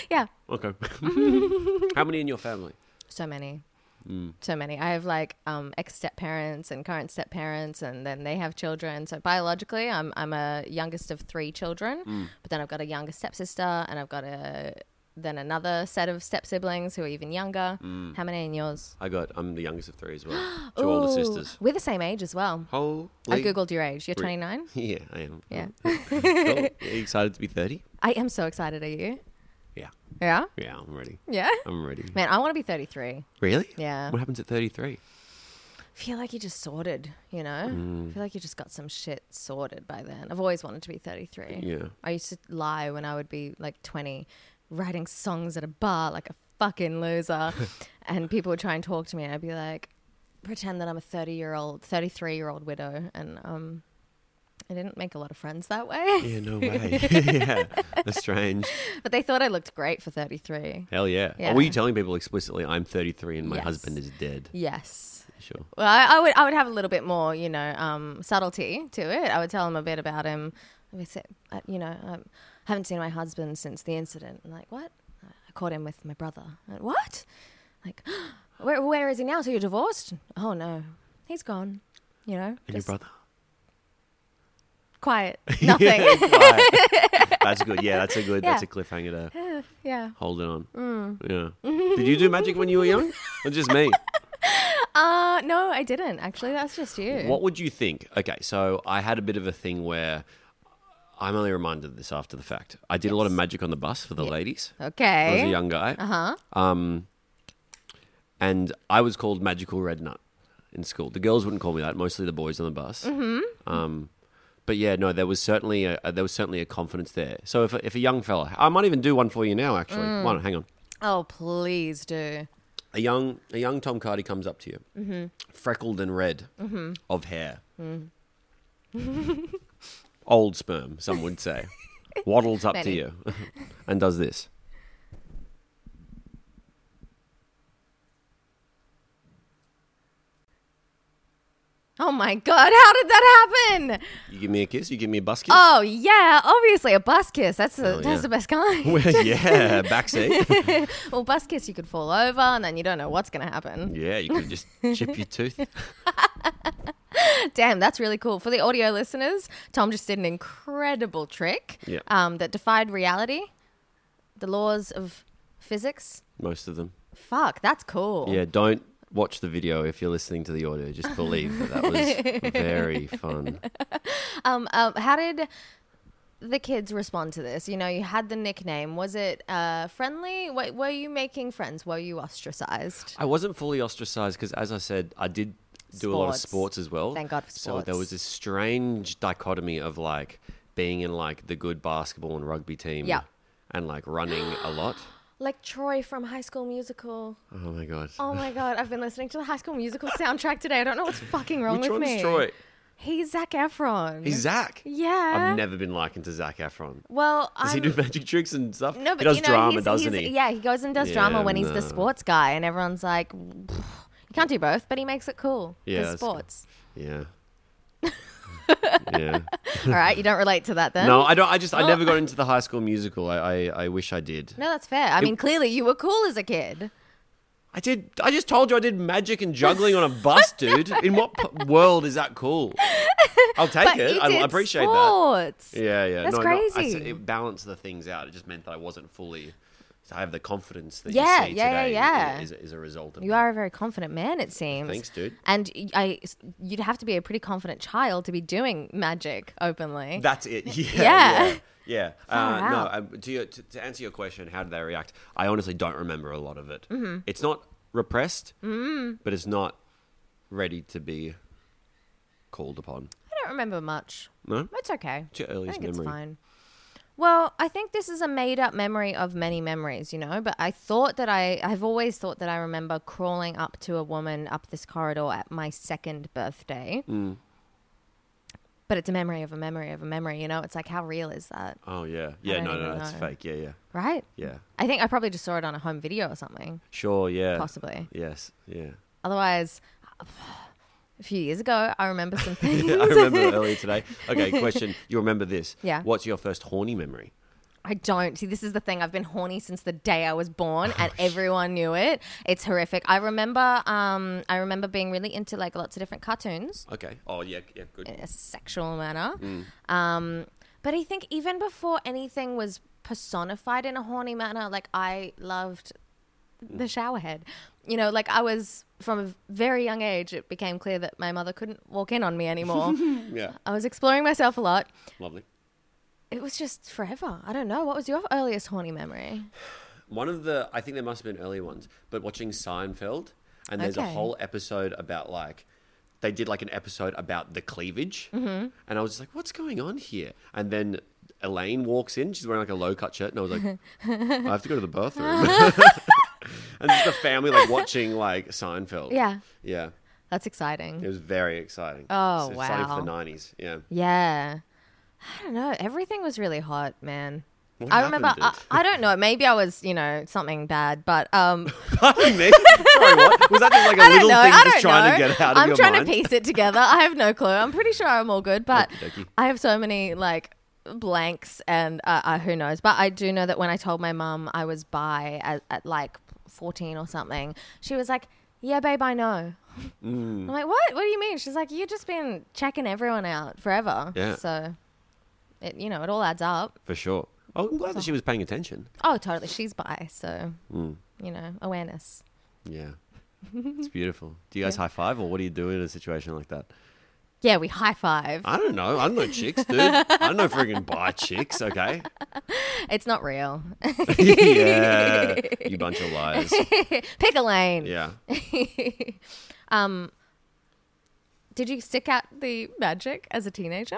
G: Yeah.
H: Okay. How many in your family?
G: So many.
H: Mm.
G: so many. I have like um, ex step parents and current step parents, and then they have children. So biologically, I'm I'm a youngest of three children,
I: Mm.
G: but then I've got a younger stepsister, and I've got a then another set of step siblings who are even younger.
H: Mm.
G: How many in yours?
H: I got, I'm the youngest of three as well. Two older
G: Ooh,
H: sisters.
G: We're the same age as well.
H: Holy.
G: Oh. I googled your age. You're
H: Re-
G: 29.
H: Yeah, I am.
G: Yeah.
H: Cool. Are you excited to be 30?
G: I am so excited. Are you?
H: Yeah.
G: Yeah.
H: Yeah, I'm ready.
G: Yeah.
H: I'm ready.
G: Man, I want to be 33.
H: Really?
G: Yeah.
H: What happens at 33?
G: feel like you just sorted, you know?
H: Mm.
G: I feel like you just got some shit sorted by then. I've always wanted to be 33.
H: Yeah.
G: I used to lie when I would be like 20, writing songs at a bar like a fucking loser. and people would try and talk to me, and I'd be like, pretend that I'm a 30 year old, 33 year old widow. And um, I didn't make a lot of friends that way.
H: Yeah, no way. yeah, that's strange.
G: But they thought I looked great for 33.
H: Hell yeah.
G: Yeah.
H: Were you telling people explicitly, I'm 33 and my
G: Yes.
H: husband is dead?
G: Yes.
H: Sure.
G: Well, I, I would I would have a little bit more, you know, um, subtlety to it. I would tell him a bit about him. I would say, uh, you know, um, I haven't seen my husband since the incident. I'm like, what? I caught him with my brother. I'm like, what? Like, where where is he now? So you're divorced? Oh no, he's gone. You know,
H: And your brother?
G: quiet, nothing.
H: Right. that's good. Yeah, that's a good, that's a
G: Yeah.
H: cliffhanger to
G: Yeah, yeah.
H: hold it on.
G: Mm.
H: Yeah. Did you do magic when you were young? Or just me?
G: Uh, no, I didn't actually. That's just you.
H: What would you think? Okay, so I had a bit of a thing where I'm only reminded of this after the fact. I did a lot of magic on the bus for the ladies.
G: Okay.
H: When I was a young guy.
G: Uh huh.
H: Um, and I was called Magical Red Nut in school. The girls wouldn't call me that. Mostly the boys on the bus.
G: Mhm.
H: Um, but yeah, no, there was certainly a, there was certainly a confidence there. So if a, if a young fella, I might even do one for you now. Actually,
G: Mm.
H: Why not? hang on.
G: Oh, please do.
H: A young a young Tom Cardy comes up to you,
G: Mhm.
H: freckled and red
G: Mhm.
H: of hair,
G: Mm.
H: old sperm, some would say, waddles up to
G: Many.
H: you, and does this.
G: Oh my god, how did that happen?
H: You give me a kiss. You give me a bus kiss.
G: Oh yeah, obviously a bus kiss. That's the
H: Oh,
G: that's
H: yeah.
G: the best kind.
H: Well, yeah, backseat.
G: well, bus kiss you could fall over and then you don't know what's gonna happen.
H: Yeah, you could just chip your tooth.
G: Damn, that's really cool. For the audio listeners, Tom just did an incredible trick
H: Yeah.
G: um, that defied reality, the laws of physics.
H: Most of them.
G: Fuck, that's cool.
H: Yeah, don't watch the video if you're listening to the audio. Just believe that that was very fun.
G: Um, um, how did the kids respond to this? You know, you had the nickname. Was it uh, friendly? Wait, were you making friends? Were you ostracized?
H: I wasn't fully ostracized because, as I said, I did do a lot of
G: Sports.
H: sports as well.
G: Thank God for
H: So there was this strange dichotomy of like being in like the good basketball and rugby team
G: Yeah.
H: and like running a lot.
G: Like Troy from High School Musical.
H: Oh my God.
G: Oh my god, I've been listening to the High School Musical soundtrack today. I don't know what's fucking wrong
H: Which
G: with
H: one's
G: me.
H: Troy?
G: He's Zach Efron.
H: He's Zach.
G: Yeah.
H: I've never been likened to Zach Efron.
G: well,
H: Does
G: I'm
H: he do magic tricks and stuff?
G: no, but
H: he does
G: you know,
H: drama,
G: he's,
H: doesn't
G: he's-
H: he?
G: Yeah, he goes and does
H: Yeah,
G: drama when he's
H: no.
G: the sports guy, and everyone's like, "Pfft, you can't do both, but he makes it cool.
H: Yeah,
G: There's
H: that's good.
G: sports.
H: Yeah. yeah.
G: All right, you don't relate to that then.
H: No, I don't. I just I
G: Oh.
H: never got into the High School Musical. I I, I wish I did.
G: No, that's fair. I
H: It-
G: mean, clearly you were cool as a kid.
H: I did. I just told you I did magic and juggling on a bus, dude. In what p- world is that cool? I'll take
G: But
H: it.
G: you
H: I
G: did
H: appreciate
G: sports.
H: that. Yeah, yeah.
G: That's
H: no, No, I,
G: crazy.
H: said it balanced the things out. It just meant that I wasn't fully. I have the confidence that
G: Yeah,
H: you see
G: yeah, yeah,
H: today
G: yeah.
H: Is, is a result of.
G: You are a very confident man, it seems.
H: Thanks, dude.
G: And y- I, you'd have to be a pretty confident child to be doing magic openly.
H: That's it. Yeah.
G: Yeah. Oh,
H: Yeah. yeah.
G: Far
H: Uh, no,
G: out.
H: um, to, your, to, to answer your question, how did they react? I honestly don't remember a lot of it.
G: Mhm.
H: It's not repressed,
G: Mm.
H: but it's not ready to be called upon.
G: I don't remember much.
H: No?
G: It's okay.
H: It's your
G: I
H: earliest
G: think it's
H: memory.
G: fine. Well, I think this is a made up memory of many memories, you know, but I thought that I, I've always thought that I remember crawling up to a woman up this corridor at my second birthday.
H: Mm.
G: But it's a memory of a memory of a memory, you know? It's like, how real is that?
H: Oh, yeah. Yeah,
G: don't
H: no, no,
G: even
H: that's
G: know.
H: fake. Yeah, yeah.
G: Right?
H: Yeah.
G: I think I probably just saw it on a home video or something.
H: Sure, yeah.
G: Possibly.
H: Yes, yeah.
G: Otherwise, a few years ago, I remember some things.
H: I remember earlier today. Okay, question. You remember this.
G: Yeah.
H: What's your first horny memory?
G: I don't. See, this is the thing. I've been horny since the day I was born, and everyone knew it. It's horrific. I remember. Um, I remember being really into like lots of different cartoons
H: Okay. Oh, yeah, yeah, good.
G: in a sexual manner.
H: Mm.
G: Um, but I think even before anything was personified in a horny manner, like I loved the shower head. You know, like I was from a very young age, it became clear that my mother couldn't walk in on me anymore.
H: Yeah.
G: I was exploring myself a lot.
H: Lovely.
G: It was just forever. I don't know. What was your earliest horny memory?
H: One of the, I think there must have been earlier ones, but watching Seinfeld, and there's a
G: Okay.
H: whole episode about like they did like an episode about the cleavage,
G: Mhm.
H: and I was just like, "What's going on here?" And then Elaine walks in. She's wearing like a low cut shirt, and I was like, "I have to go to the bathroom." and just the family like watching like Seinfeld.
G: Yeah.
H: yeah,
G: That's exciting.
H: it was very exciting.
G: Oh,
H: It's exciting for
G: wow.
H: the nineties. Yeah,
G: Yeah. I don't know. Everything was really hot, man.
H: What
G: I remember. uh, I,
H: happened,
G: I don't know. Maybe I was, you know, something bad, but um,
H: Pardon me. Sorry, what was that? Just like a
G: I don't
H: little
G: know.
H: thing
G: I
H: just
G: don't
H: trying to
G: know.
H: get out of
G: I'm
H: your
G: trying
H: mind.
G: to piece it together. I have no clue. I'm pretty sure I'm all good, but
H: Okey-dokey.
G: I have so many like blanks and uh, uh, who knows. But I do know that when I told my mum I was bi at, at like 14 or something, she was like, "Yeah, babe, I know."
H: Mm.
G: I'm like, "What? What do you mean?" She's like, "You've just been checking everyone out forever."
H: Yeah.
G: So, it you know it all adds up.
H: for sure. Oh, I'm glad that she was paying attention.
G: Oh, totally. She's bi, so
H: Mm,
G: you know awareness.
H: yeah, it's beautiful. Do you guys high five or what do you do in a situation like that?
G: yeah, we high five.
H: I don't know. I don't know chicks, dude. I don't know friggin' buy chicks. Okay.
G: It's not real.
H: yeah, you bunch of liars.
G: Pick a lane.
H: Yeah.
G: um, did you stick out the magic as a teenager?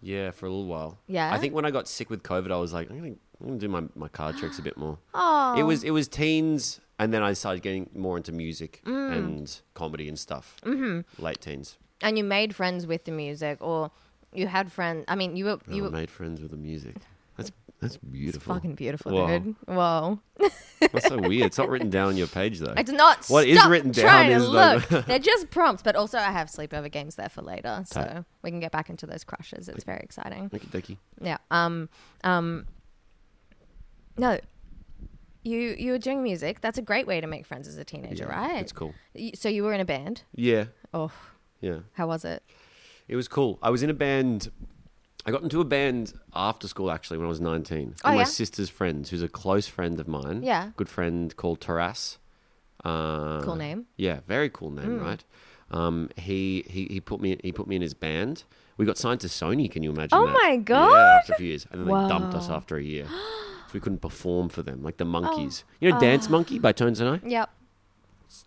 H: Yeah, for a little while.
G: Yeah?
H: I think when I got sick with COVID, I was like, I'm gonna, I'm gonna do my, my card tricks a bit more.
G: Oh.
H: It was it was teens, and then I started getting more into music
G: Mm.
H: and comedy and stuff.
G: Mhm.
H: Late teens.
G: And you made friends with the music, or you had friends? I mean, you were
H: You
G: you were
H: Oh, made friends with the music. That's that's beautiful.
G: fucking beautiful,
H: Whoa.
G: dude. Whoa.
H: That's so weird. It's not written down on your page though.
G: It's not.
H: What is
G: stop
H: written down
G: trying
H: is
G: to
H: the-
G: look. They're just prompts, but also I have sleepover games there for later, so
H: Tight.
G: we can get back into those crushes. It's very exciting.
H: Okie dokie.
G: Yeah. Um. Um. No. You you were doing music. That's a great way to make friends as a teenager,
H: Yeah,
G: right?
H: it's cool.
G: Y- So you were in a band.
H: Yeah.
G: Oh,
H: Yeah.
G: how was it?
H: It was cool. I was in a band. I got into a band after school actually when I was 19.
G: Oh,
H: One of
G: yeah?
H: my sister's friends, who's a close friend of mine.
G: Yeah.
H: Good friend called Taras. Uh,
G: Cool name.
H: Yeah, very cool name,
G: Mm.
H: right? Um, he, he he put me he put me in his band. We got signed to Sony. Can you imagine?
G: Oh
H: that?
G: my
H: Yeah,
G: God.
H: after a few years, and then they dumped us
G: Wow. Oh,
H: after a year, so we couldn't perform for them, like the monkeys. You know, Dance
G: Ah.
H: Monkey by Tones and I
G: Yep.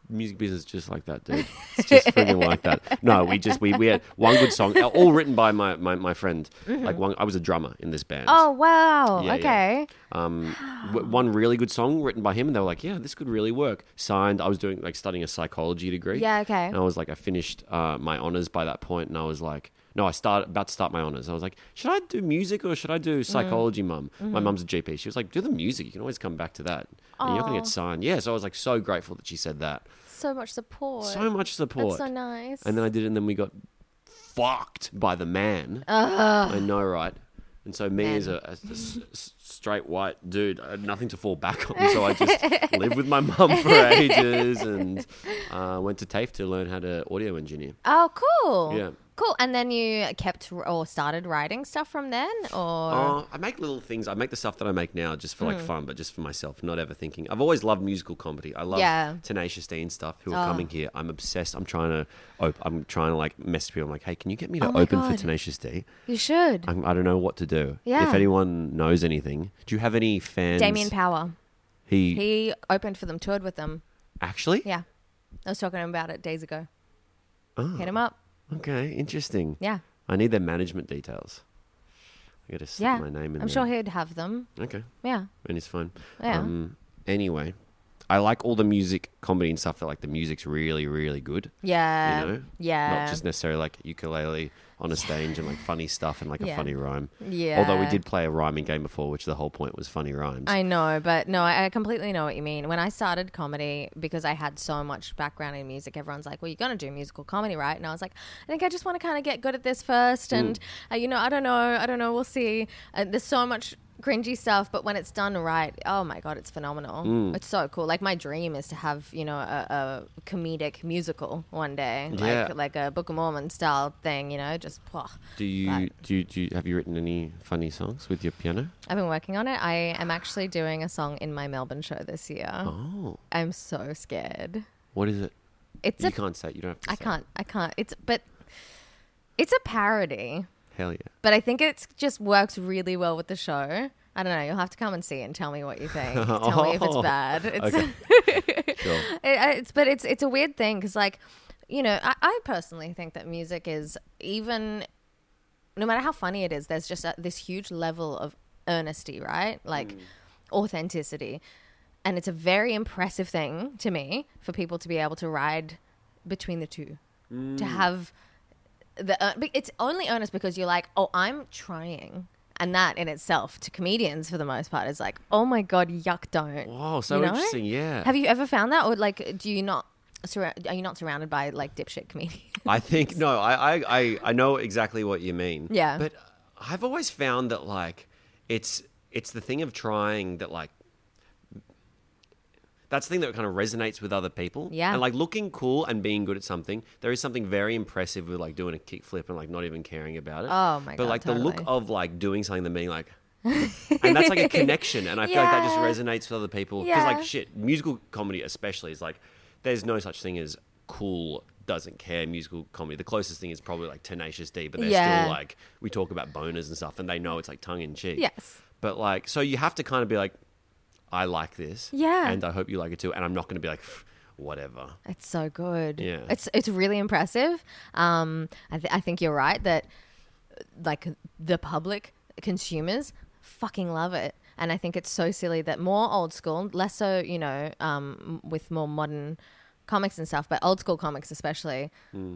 H: music business is just like that, dude. It's just freaking like that. No, we just we we had one good song, uh, all written by my my, my friend.
G: Mhm.
H: Like one, I was a drummer in this band.
G: Oh wow.
H: Yeah, yeah.
G: okay.
H: Um, w- one really good song written by him, and they were like, "Yeah, this could really work." Signed. I was doing like studying a psychology degree.
G: Yeah, okay.
H: And I was like, I finished uh, my honors by that point, and I was like. No, I start about to start my honors. I was like, should I do music or should I
G: Mm.
H: do psychology, mum? My
G: Mhm.
H: mum's a GP. She was like, do the music. You can always come back to that. And you're not going to
G: Aw.
H: get signed. Yeah. So I was like, so grateful that she said that.
G: So much support.
H: So much support.
G: That's so nice.
H: And then I did it, and then we got fucked by the man.
G: Ugh.
H: I know, right? And so me as
G: Men.
H: a, as a s- s- straight white dude, I had nothing to fall back on, so I just lived with my mum for ages, and uh, went to TAFE to learn how to audio engineer.
G: oh, cool.
H: Yeah.
G: Cool. And then you kept r- or started writing stuff from then, or
H: Uh, I make little things. I make the stuff that I make now just for like
G: Mm.
H: fun, but just for myself, not ever thinking. I've always loved musical comedy. I love
G: Yeah.
H: Tenacious D and stuff. Who are
G: Oh.
H: coming here? I'm obsessed. I'm trying to. Op- I'm trying to like mess with people. I'm like, hey, can you get me to
G: Oh my
H: open for
G: God.
H: Tenacious D?
G: you should.
H: I'm, I don't know what to do.
G: Yeah.
H: If anyone knows anything, do you have any fans?
G: Damien Power.
H: He,
G: He opened for them, toured with them.
H: actually.
G: Yeah. I was talking to him about it days ago.
H: Oh,
G: Hit him up.
H: Okay, interesting.
G: Yeah.
H: I need their management details. I gotta slip
G: yeah.
H: my name in
G: I'm
H: there.
G: sure he'd have them.
H: Okay.
G: Yeah.
H: And it's fine.
G: Yeah.
H: Um, anyway, I like all the music, comedy, and stuff that like the music's really, really good.
G: Yeah.
H: You know?
G: Yeah.
H: Not just necessarily like ukulele on a stage and like funny stuff and like a
G: Yeah.
H: funny rhyme.
G: Yeah.
H: Although we did play a rhyming game before, which the whole point was funny rhymes.
G: I know, but no, I I completely know what you mean. When I started comedy, because I had so much background in music, everyone's like, "Well, you're gonna do musical comedy, right?" And I was like, "I think I just want to kind of get good at this
H: Mm.
G: first, and uh, you know, I don't know, I don't know, we'll see." Uh, there's so much cringy stuff, but when it's done right, oh my god, it's phenomenal.
H: Mm.
G: It's so cool. Like my dream is to have you know a, a comedic musical one day, like
H: Yeah.
G: like a Book of Mormon style thing. You know, just. pwah.
H: Do you do you, do you have you written any funny songs with your piano?
G: I've been working on it. I am actually doing a song in my Melbourne show this year.
H: Oh,
G: I'm so scared.
H: what is it?
G: It's
H: you
G: a-
H: can't say. it. You don't have to.
G: I
H: say it.
G: can't. I can't. It's but it's a parody,
H: Hell yeah.
G: but I think it's just works really well with the show. I don't know. You'll have to come and see it and tell me what you think. Tell me if it's
H: Oh,
G: bad. It's,
H: okay. Sure.
G: it, uh, it's but it's it's a weird thing because like you know, I, I personally think that music is even, no matter how funny it is, there's just a, this huge level of earnesty, right? Like
H: Mm.
G: authenticity. And it's a very impressive thing to me for people to be able to ride between the two, to
I: Mm.
G: have the uh, but it's only earnest because you're like, oh, I'm trying. And that in itself, to comedians for the most part, is like, oh my god, yuck, don't.
H: Wow, so
G: You know?
H: interesting. Yeah.
G: Have you ever found that, or like, do you not? Sur- are you not surrounded by like dipshit comedians?
H: I think no, I, I, I, I know exactly what you mean.
G: Yeah.
H: But I've always found that like it's it's the thing of trying that like that's the thing that kind of resonates with other people.
G: Yeah.
H: And like looking cool and being good at something, there is something very impressive with like doing a kickflip and like not even caring about it.
G: Oh my
H: But
G: God,
H: like the look
G: totally.
H: of like doing something and being like and that's like a connection and I feel like that just
G: Yeah.
H: resonates resonates with other people because
G: Yeah.
H: like shit musical comedy especially is like there's no such thing as cool doesn't care musical comedy the closest thing is probably like tenacious d but they're
G: Yeah.
H: still like we talk about boners and stuff and they know it's like tongue-in-cheek
G: Yes.
H: but like so you have to kind of be like i like this
G: Yeah.
H: and i hope you like it too and i'm not going to be like whatever
G: It's so good.
H: Yeah.
G: It's it's really impressive. Um, I, th- I think you're right that like the public consumers fucking love it, and I think it's so silly that more old school, less so you know, um, with more modern comics and stuff, but old school comics especially,
H: Hmm.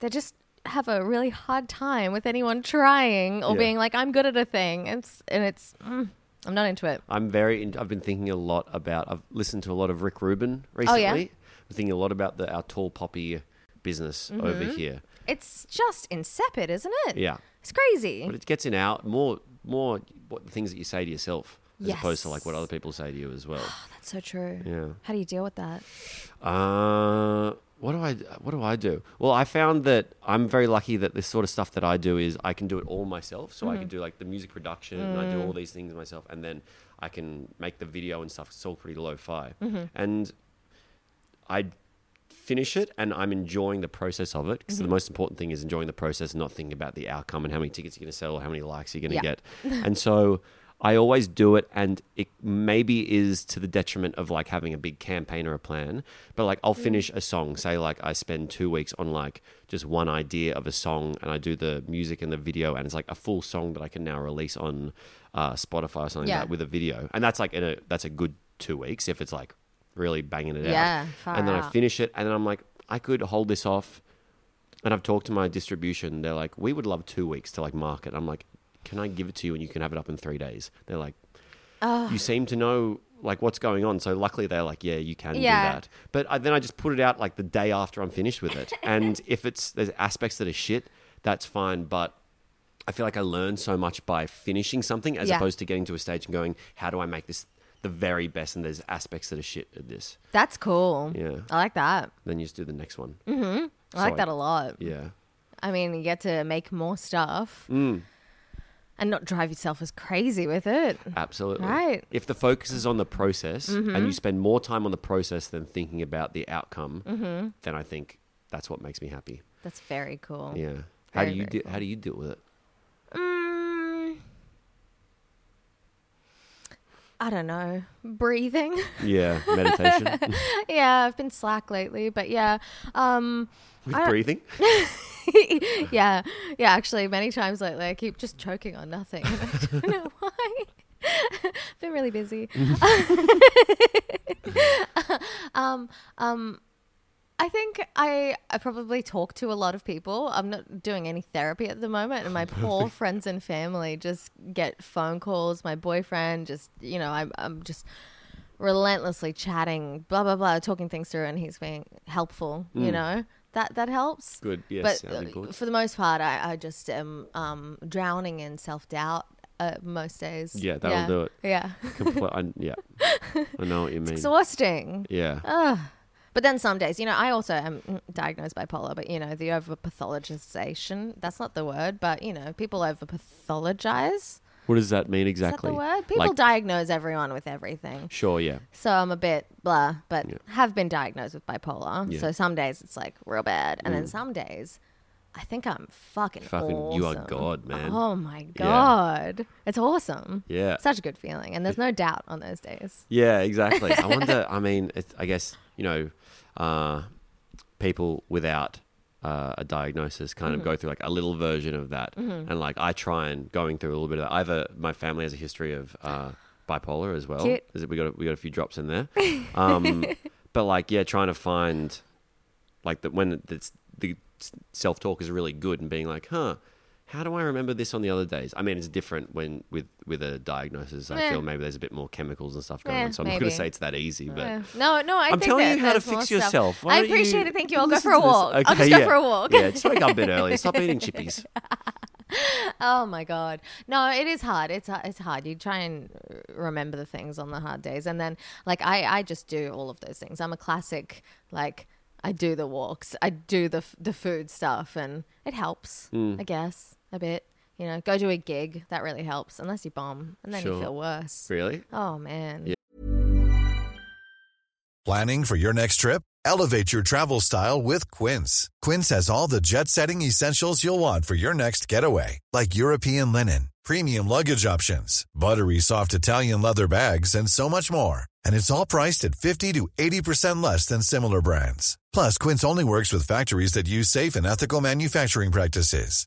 G: they just have a really hard time with anyone trying or
H: Yeah.
G: being like, I'm good at a thing. It's and it's mm, I'm not into it.
H: I'm very. In, I've been thinking a lot about. I've listened to a lot of Rick Rubin recently.
G: Oh, yeah?
H: I'm thinking a lot about the, our tall poppy business over
G: Mhm.
H: here.
G: It's just insipid, isn't it?
H: Yeah.
G: It's crazy.
H: But it gets in out more, more what the things that you say to yourself as opposed to
G: Yes.
H: like what other people say to you as well.
G: That's so true.
H: Yeah.
G: How do you deal with that?
H: Uh, what do I? What do I do? Well, I found that I'm very lucky that this sort of stuff that I do is I can do it all myself. So I
J: Mhm.
H: can do like the music production. and I do
J: Mm.
H: all these things myself, and then I can make the video and stuff. It's all pretty lo-fi,
J: Mhm.
H: and I finish it and I'm enjoying the process of it because
J: Mhm.
H: the most important thing is enjoying the process, not thinking about the outcome and how many tickets you're going to sell or how many likes you're going to
J: Yeah.
H: get. and so I always do it, and it maybe is to the detriment of like having a big campaign or a plan. But like I'll
J: Mm.
H: finish a song, say like I spend two weeks on like just one idea of a song, and I do the music and the video, and it's like a full song that I can now release on uh, Spotify or something
J: Yeah.
H: like that with a video, and that's like in a that's a good two weeks if it's like really banging it out.
J: Yeah, far
H: and then I
J: out.
H: finish it, and then I'm like, I could hold this off. And I've talked to my distribution. They're like, we would love two weeks to like market. I'm like, can I give it to you and you can have it up in three days? They're like,
G: Oh.
H: you seem to know like what's going on. So luckily they're like, yeah, you can
G: Yeah.
H: do that. But I, then I just put it out like the day after I'm finished with it. and if it's there's aspects that are shit, that's fine. But I feel like I learn so much by finishing something as
G: Yeah.
H: opposed to getting to a stage and going, how do I make this the very best? And there's aspects that are shit at this.
G: That's cool.
H: Yeah.
G: I like that.
H: Then you just do the next one.
G: hmm I
H: So
G: like that a lot.
H: Yeah.
G: I mean, you get to make more stuff
H: Mm.
G: and not drive yourself as crazy with it.
H: Absolutely.
G: Right.
H: If the focus is on the process and you
G: Mhm.
H: spend more time on the process than thinking about the outcome,
G: Mhm.
H: then I think that's what makes me happy.
G: That's very cool.
H: Yeah. How do
G: Very,
H: you
G: very
H: de- how do you deal with it?
G: Mm, I don't know. Breathing.
H: Yeah, meditation.
G: yeah, I've been slack lately, but yeah. Um,
H: With
G: I don't-
H: breathing?
G: yeah, yeah. Actually, many times lately, I keep just choking on nothing. and I don't know why. Been really busy. um, um, I think I I probably talk to a lot of people. I'm not doing any therapy at the moment, and my poor friends and family just get phone calls. My boyfriend just, you know, I'm I'm just relentlessly chatting, blah blah blah, talking things through, and he's being helpful. You
H: Mm.
G: know that that helps.
H: Good, yes,
G: but
H: that'd be
G: uh,
H: good.
G: for the most part, I, I just am um, drowning in self doubt uh, most days.
H: Yeah, that'll do it.
G: Yeah,
H: Comple- I, yeah. I know what you mean.
G: exhausting.
H: Yeah.
G: Ugh. But then some days, you know, I also am mm, diagnosed bipolar, but you know, the over pathologization, that's not the word, but you know, people over pathologize.
H: What does that mean
G: Is that
H: exactly?
G: the word? People
H: Like-
G: diagnose everyone with everything.
H: Sure, yeah.
G: So I'm a bit blah, but
H: Yeah.
G: have been diagnosed with bipolar.
H: Yeah.
G: So some days it's like real bad, and then
H: Mm.
G: some days I think I'm fucking
H: Fucking
G: awesome.
H: you are God, man.
G: Oh my
H: Yeah.
G: god, it's awesome.
H: Yeah.
G: such a good feeling, and there's no doubt on those days.
H: Yeah, exactly. I wonder. I mean, it, I guess you know, uh, people without uh, a diagnosis kind
G: Mhm.
H: of go through like a little version of that.
G: Mhm.
H: And like I try and going through a little bit of that. I have a, my family has a history of uh, bipolar as well.
G: Cute.
H: Is it- We got a, we got a few drops in there. Um, but like yeah, trying to find like that when it's, the self talk is really good and being like, huh. How do I remember this on the other days? I mean, it's different when with with a diagnosis. I
G: Yeah.
H: feel maybe there's a bit more chemicals and stuff going
G: Yeah,
H: on, so I'm not going
G: maybe.
H: to say it's that easy. But
G: Yeah. No, no, I
H: I'm
G: think
H: telling
G: that
H: you how to
G: there's more
H: fix
G: stuff.
H: yourself. Why
G: I
H: don't
G: appreciate
H: you
G: it. Thank you. I'll go
H: listen
G: for a
H: to this?
G: walk. I'll just
H: Okay,
G: go
H: yeah.
G: for a walk.
H: Yeah, just wake up a bit early. Stop eating chippies.
G: oh my god no it is hard it's uh, it's hard you try and uh, remember the things on the hard days and then like i i just do all of those things i'm a classic like i do the walks i do the f- the food stuff and it helps
I: Mm.
G: i guess a bit you know go to a gig that really helps unless you bomb and then you
K: Sure.
G: feel worse
H: Really?
G: oh man
K: Planning for your next trip? Elevate your travel style with Quince. Quince has all the jet setting essentials you'll want for your next getaway, like European linen, premium luggage options, buttery soft Italian leather bags, and so much more. And it's all priced at 50 to 80% less than similar brands. Plus, Quince only works with factories that use safe and ethical manufacturing practices.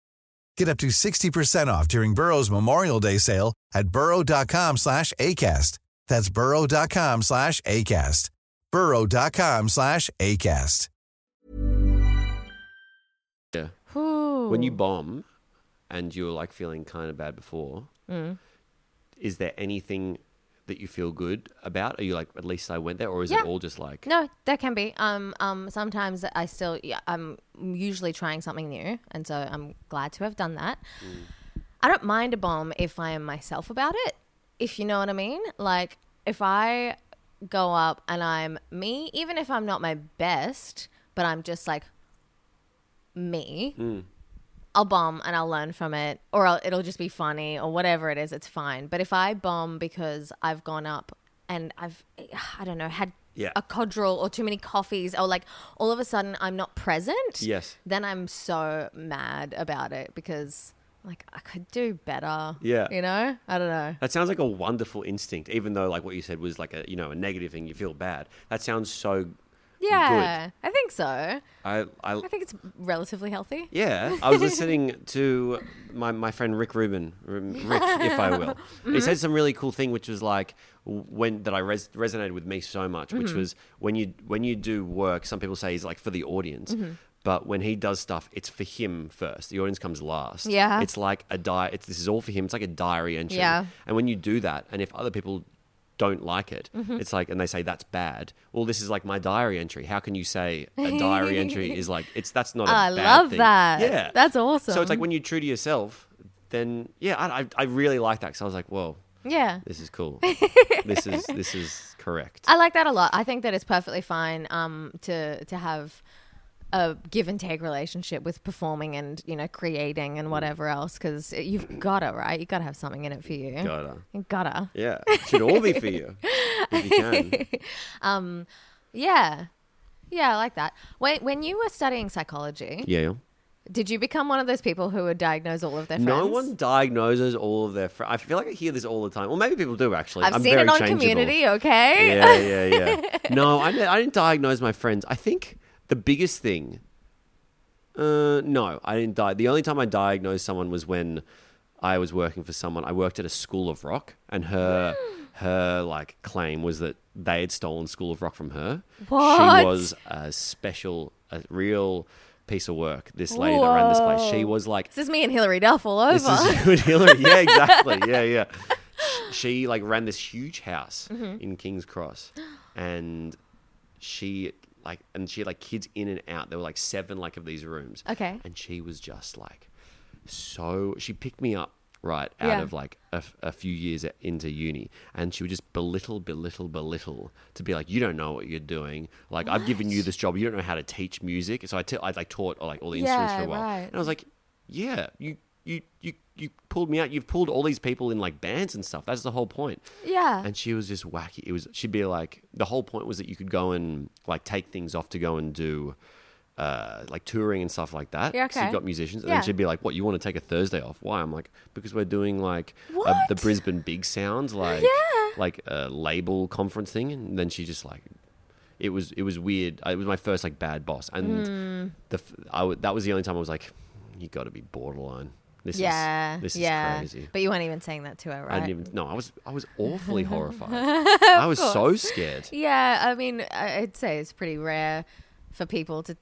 K: Get up to 60% off during Burrow's Memorial Day sale at burrow.com slash ACAST. That's burrow.com slash ACAST. Burrow.com slash ACAST.
H: Yeah.
G: Whew.
H: When you bomb and you're like feeling kind of bad before,
G: Mm.
H: is there anything that you feel good about? Are you like, at least I went there? Or is
G: Yeah.
H: it all just like,
G: No, there can be. Um, um, sometimes I still, yeah, I'm usually trying something new, and so I'm glad to have done that. I don't mind a bomb if I am myself about it, if you know what I mean. Like, if I go up and I'm me, even if I'm not my best, but I'm just like me,
H: Mm.
G: I'll bomb and I'll learn from it, or I'll, it'll just be funny, or whatever it is, it's fine. But if I bomb because I've gone up and I've, I don't know, had
H: Yeah.
G: a codral or too many coffees, or like all of a sudden I'm not present,
H: Yes.
G: then I'm so mad about it because like I could do better.
H: Yeah.
G: You know? I don't know.
H: That sounds like a wonderful instinct, even though like what you said was like a you know a negative thing. You feel bad. That sounds so.
G: Yeah, I think so.
H: I I,
G: I think it's relatively healthy.
H: Yeah, I was listening to my, my friend Rick Rubin, R- Rick, if I will. He
G: Mhm.
J: Mm-hmm.
H: said some really cool thing, which was like w- when that I res- resonated with me so much, which
J: Mhm.
H: was when you when you do work. Some people say he's like for the audience.
J: Mhm.
H: But when he does stuff, it's for him first. The audience comes last.
J: Yeah.
H: it's like a di. It's, this is all for him. It's like a diary entry.
J: Yeah.
H: And when you do that, and if other people don't like it,
J: Mhm.
H: it's like, and they say that's bad. Well, this is like my diary entry. How can you say a diary entry is like it's that's not. a
G: I
H: bad
G: love
H: thing.
G: that.
H: Yeah,
G: That's
H: So it's like
G: awesome.
H: when you're true to yourself, then yeah, I I, I really like that. So I was like, whoa,
G: Yeah.
H: this is cool. this is this is correct.
G: I like that a lot. I think that it's perfectly fine um, to to have a give and take relationship with performing and you know creating
H: Mm.
G: and whatever else because you've gotta right. You gotta have something in it for you.
H: Gotta.
G: You gotta.
H: Yeah, it should all be for you if you can.
G: um, yeah, yeah, I like that. When when you were studying psychology,
H: Yeah.
G: did you become one of those people who would diagnose all of their friends?
H: No one diagnoses all of their friends. I feel like I hear this all the time. Well, maybe people do actually.
G: I've
H: I'm
G: seen
H: very
G: it on
H: changeable.
G: Community. Okay.
H: Yeah, yeah, yeah. no, I, didn't- I didn't diagnose my friends. I think the biggest thing. Uh, no, I didn't die. The only time I diagnosed someone was when I was working for someone. I worked at a School of Rock, and her her like claim was that they had stolen School of Rock from her.
J: What?
H: She was a special, a real piece of work. This lady that ran this place. She
G: Whoa.
H: was like
G: This is me and Hillary Duff all over.
H: this is you and Hillary. Yeah, exactly. Yeah, yeah. Sh- She like ran this huge house
G: Mhm.
H: in King's Cross, and she like and she had like kids in and out. There were like seven like of these rooms.
G: Okay.
H: And she was just like so. She picked me up right out
G: Yeah.
H: of like a, f- a few years into uni and she would just belittle belittle belittle to be like you don't know what you're doing like i've given you this job you don't know how to teach music so i, t- I like taught uh, like all the instruments for
G: Yeah,
H: a while
G: right.
H: and i was like yeah you you you you pulled me out you've pulled all these people in like bands and stuff that's the whole point
G: Yeah.
H: and she was just wacky. It was she'd be like the whole point was that you could go and like take things off to go and do uh, like touring and stuff like that.
G: Yeah,
H: 'Cause
G: okay.
H: You've got musicians, and
G: Yeah.
H: then she'd be like, "What you want to take a Thursday off? Why?" I'm like, "Because we're doing like a,
G: What?
H: the Brisbane Big Sound, like
G: Yeah.
H: like a label conference thing." And then she just like. It was it was weird. It was my first like bad boss, and
G: Mm.
H: the f- I w- that was the only time I was like, "You got to be borderline. This
G: yeah.
H: is this
G: yeah.
H: is crazy."
G: But you weren't even saying that to her, right?
H: I didn't even no. I was I was awfully horrified. I
G: Of
H: was so
G: course.
H: scared.
G: Yeah, I mean, I- I'd say it's pretty rare for people to,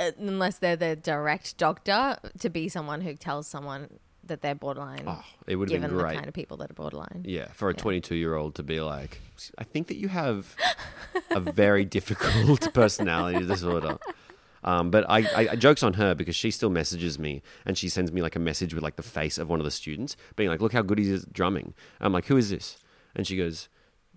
G: uh, unless they're their direct doctor, to be someone who tells someone that they're borderline.
H: Oh, it would've been
G: given
H: great.
G: the kind of people that are borderline.
H: Yeah, for a 22 year old to be like, I think that you have a very difficult personality disorder. Um, but I, I, I jokes on her because she still messages me and she sends me like a message with like the face of one of the students being like, look how good he is at drumming. I'm like, who is this? And she goes,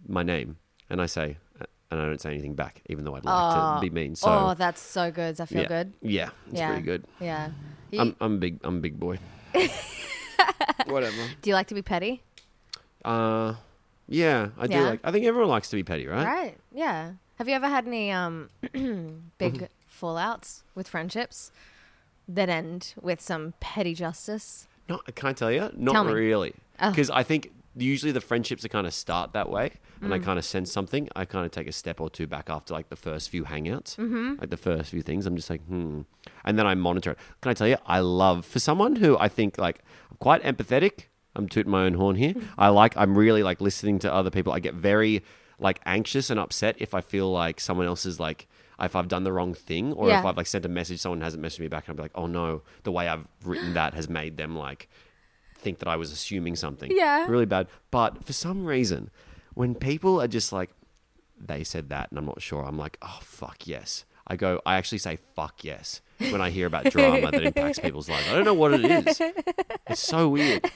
H: my name. And I say, uh, and I don't say anything back, even though I'd like to be mean. So
G: oh, that's so good. Does that feel
H: yeah,
G: good?
H: Yeah, it's
G: Yeah.
H: pretty good. Um,
G: Yeah. You-
H: I'm, I'm a big. I'm a big boy. Whatever.
G: do you like to be petty?
H: Uh, yeah, I do
G: Yeah.
H: like. I think everyone likes to be petty, right?
G: Right. Yeah. Have you ever had any um,
H: Mm-hmm.
G: big fallouts with friendships that end with some petty justice?
H: No, can I tell you? Not
G: Tell me.
H: really,
G: Oh.
H: because I think usually the friendships that kind of start that way, and I
G: Mm.
H: kind of sense something. I kind of take a step or two back after like the first few hangouts,
G: Mhm.
H: like the first few things. I'm just like, hmm, and then I monitor it. Can I tell you? I love for someone who I think like I'm quite empathetic. I'm tooting my own horn here. I like. I'm really like listening to other people. I get very like anxious and upset if I feel like someone else is like. If I've done the wrong thing, or if
I: Yeah.
H: I've like sent a message, someone hasn't messaged me back, and I'm like, oh no, the way I've written that has made them like think that I was assuming something.
I: Yeah.
H: Really bad. But for some reason, when people are just like, they said that and I'm not sure, I'm like, oh, fuck yes. I go, I actually say fuck yes when I hear about drama that impacts people's lives. I don't know what it is. It's so weird.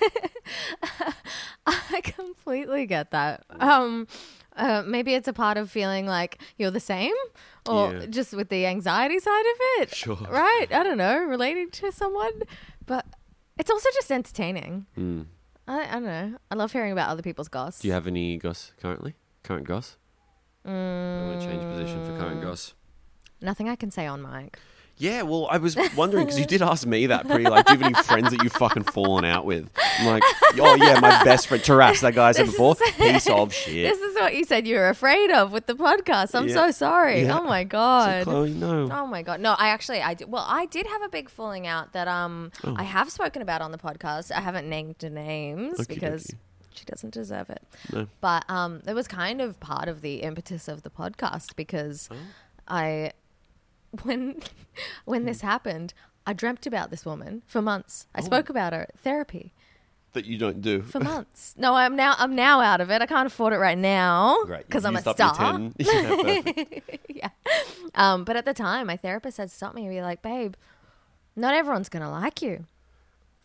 G: I completely get that. Um, uh, maybe it's a part of feeling like you're the same, or
H: Yeah.
G: just with the anxiety side of it.
H: Sure.
G: Right? I don't know, relating to someone, but it's also just entertaining.
H: Mm.
G: I, I don't know. I love hearing about other people's goss.
H: Do you have any goss currently? Current goss?
I: Mm.
H: I'm going to change position for current goss.
G: Nothing I can say on mic.
H: Yeah, well, I was wondering because you did ask me that pretty like, do you have any friends that you've fucking fallen out with? I'm like, oh yeah, my best friend Taras, that guy I said before, piece of shit.
G: This is what you said you were afraid of with the podcast. I'm
H: Yeah.
G: so sorry.
H: Yeah.
G: Oh my
H: So,
G: god.
H: Chloe, no.
G: Oh my god. No, I actually I did, well, I did have a big falling out that um
H: Oh.
G: I have spoken about on the podcast. I haven't named the names
H: Okie
G: because
H: dokie.
G: she doesn't deserve it.
H: No.
G: But um it was kind of part of the impetus of the podcast because
H: Oh.
G: I when when this happened, I dreamt about this woman for months. I
H: Oh.
G: spoke about her at therapy
H: That you don't do
G: for months. No, I'm now I'm now out of it. I can't afford it right now
H: Great, you
G: because I'm a
H: used up your
G: star.
H: 10. Yeah, perfect.
G: Yeah. Um, but at the time, my therapist had stopped me and be like, "Babe, not everyone's gonna like you."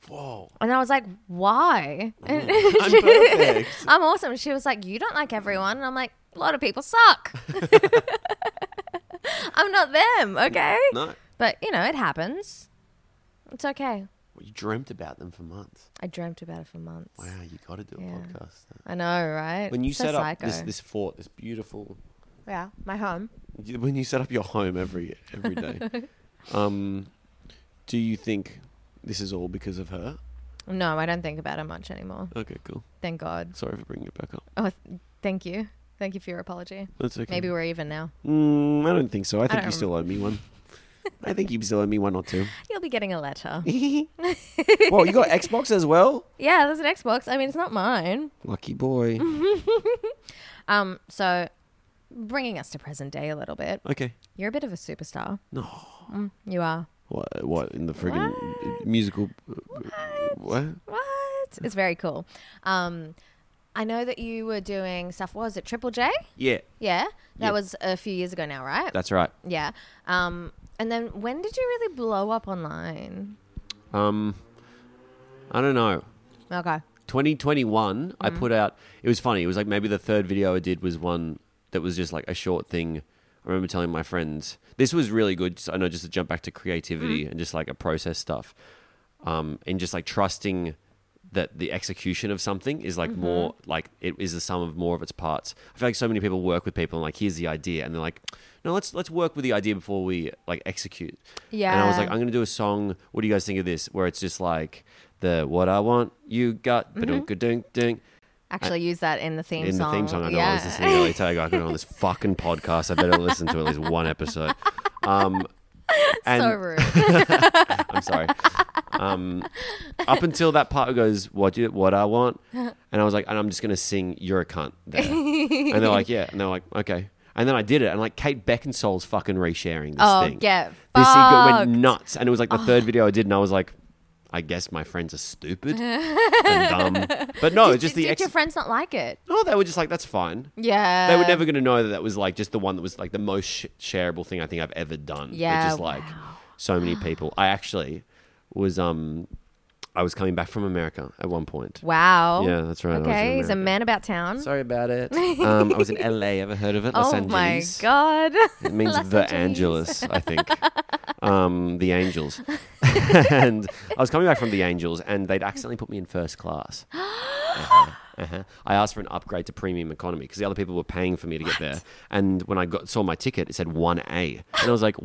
H: Whoa.
G: And I was like, "Why?" And
H: I'm perfect.
G: I'm awesome. She was like, "You don't like everyone," and I'm like, "A lot of people suck. I'm not them, okay?"
H: No.
G: But you know, it happens. It's okay.
H: Well, you dreamt about them for months.
G: I dreamt about it for months.
H: Wow, you got to do a
G: Yeah.
H: podcast.
G: I know, right?
H: When you
G: So
H: set up this,
G: psycho.
H: this fort, this beautiful,
G: Yeah, my home.
H: when you set up your home every every day, um, do you think this is all because of her?
G: No, I don't think about it much anymore.
H: Okay, cool.
G: Thank God.
H: Sorry for bringing it back up.
G: Oh, th- thank you. Thank you for your apology.
H: That's okay.
G: Maybe we're even now.
H: Mm, I don't think so. I think
G: don't
H: you still owe me one. I think you still owe me one or two.
G: You'll be getting a letter.
H: Well, you got Xbox as well.
G: yeah, there's an Xbox. I mean, it's not mine.
H: Lucky boy.
G: Mm-hmm. Um, so bringing us to present day a little bit.
H: Okay.
G: You're a bit of a superstar.
H: No.
G: Mm, you are.
H: What? What in the friggin' musical? uh, What?
G: It's, it's very cool. Um, I know that you were doing stuff. What was it Triple J?
H: Yeah,
G: Yeah, that
H: Yeah.
G: was a few years ago now, right?
H: that's right.
G: Yeah. Um, and then when did you really blow up online?
H: Um, I don't know.
G: Okay.
H: 2021, I
G: Mhm.
H: put out. It was funny. It was like maybe the third video I did was one that was just like a short thing. I remember telling my friends this was really good. Just, I know just to jump back to creativity
G: Mm-hmm.
H: and just like a process stuff, um, and just like trusting that the execution of something is like
G: Mm-hmm.
I: Mhm.
H: more like it is the sum of more of its parts. I feel like so many people work with people and like here's the idea, and they're like, no, let's let's work with the idea before we like execute. And I was
I: Yeah.
H: like, I'm gonna do a song. What do you guys think of this? Where it's just like the what I want, you got,
G: Mhm.
H: dunk dunk dunk.
G: Actually, use that in the theme
H: In
G: song.
H: the theme song, I know I was
G: yeah.
H: listening to Ellie Tiger. I could on this fucking podcast. I better listen to at least one episode. Um, and
G: So rude.
H: I'm sorry. Um, up until that part, it goes, "What you, what I want," and I was like, "And I'm just gonna sing, you're a cunt." There. and they're like, "Yeah," and they're like, "Okay." And then I did it, and like Kate Beckinsale's fucking resharing this
G: Oh,
H: thing.
G: get
H: this ego
G: fucked.
H: went nuts, and it was like the
G: Oh.
H: third video I did, and I was like, "I guess my friends are stupid and dumb." But no,
G: did,
H: just
G: did,
H: the
G: did
H: ex-
G: your friends not like it?
H: No, they were just like, "That's fine."
G: Yeah.
H: they were never going to know that that was like just the one that was like the most sh- shareable thing I think I've ever done.
G: Yeah,
H: which is like so many people. I actually was um, I was coming back from America at one point.
G: Wow.
H: Yeah, that's right. I was in
G: Okay, he's a
H: America.
G: man about town.
H: Sorry about it. Um, I was in LA. Ever heard of it? Los
G: oh my
H: Angeles.
G: god.
H: It means
G: Los
H: the
G: Angeles.
H: Angelus, I think. um, the Angels. and I was coming back from the Angels, and they'd accidentally put me in first class. Uh-huh, uh-huh. I asked for an upgrade to premium economy because the other people were paying for me to get there. And when I got saw my ticket, it said 1A. And I was like,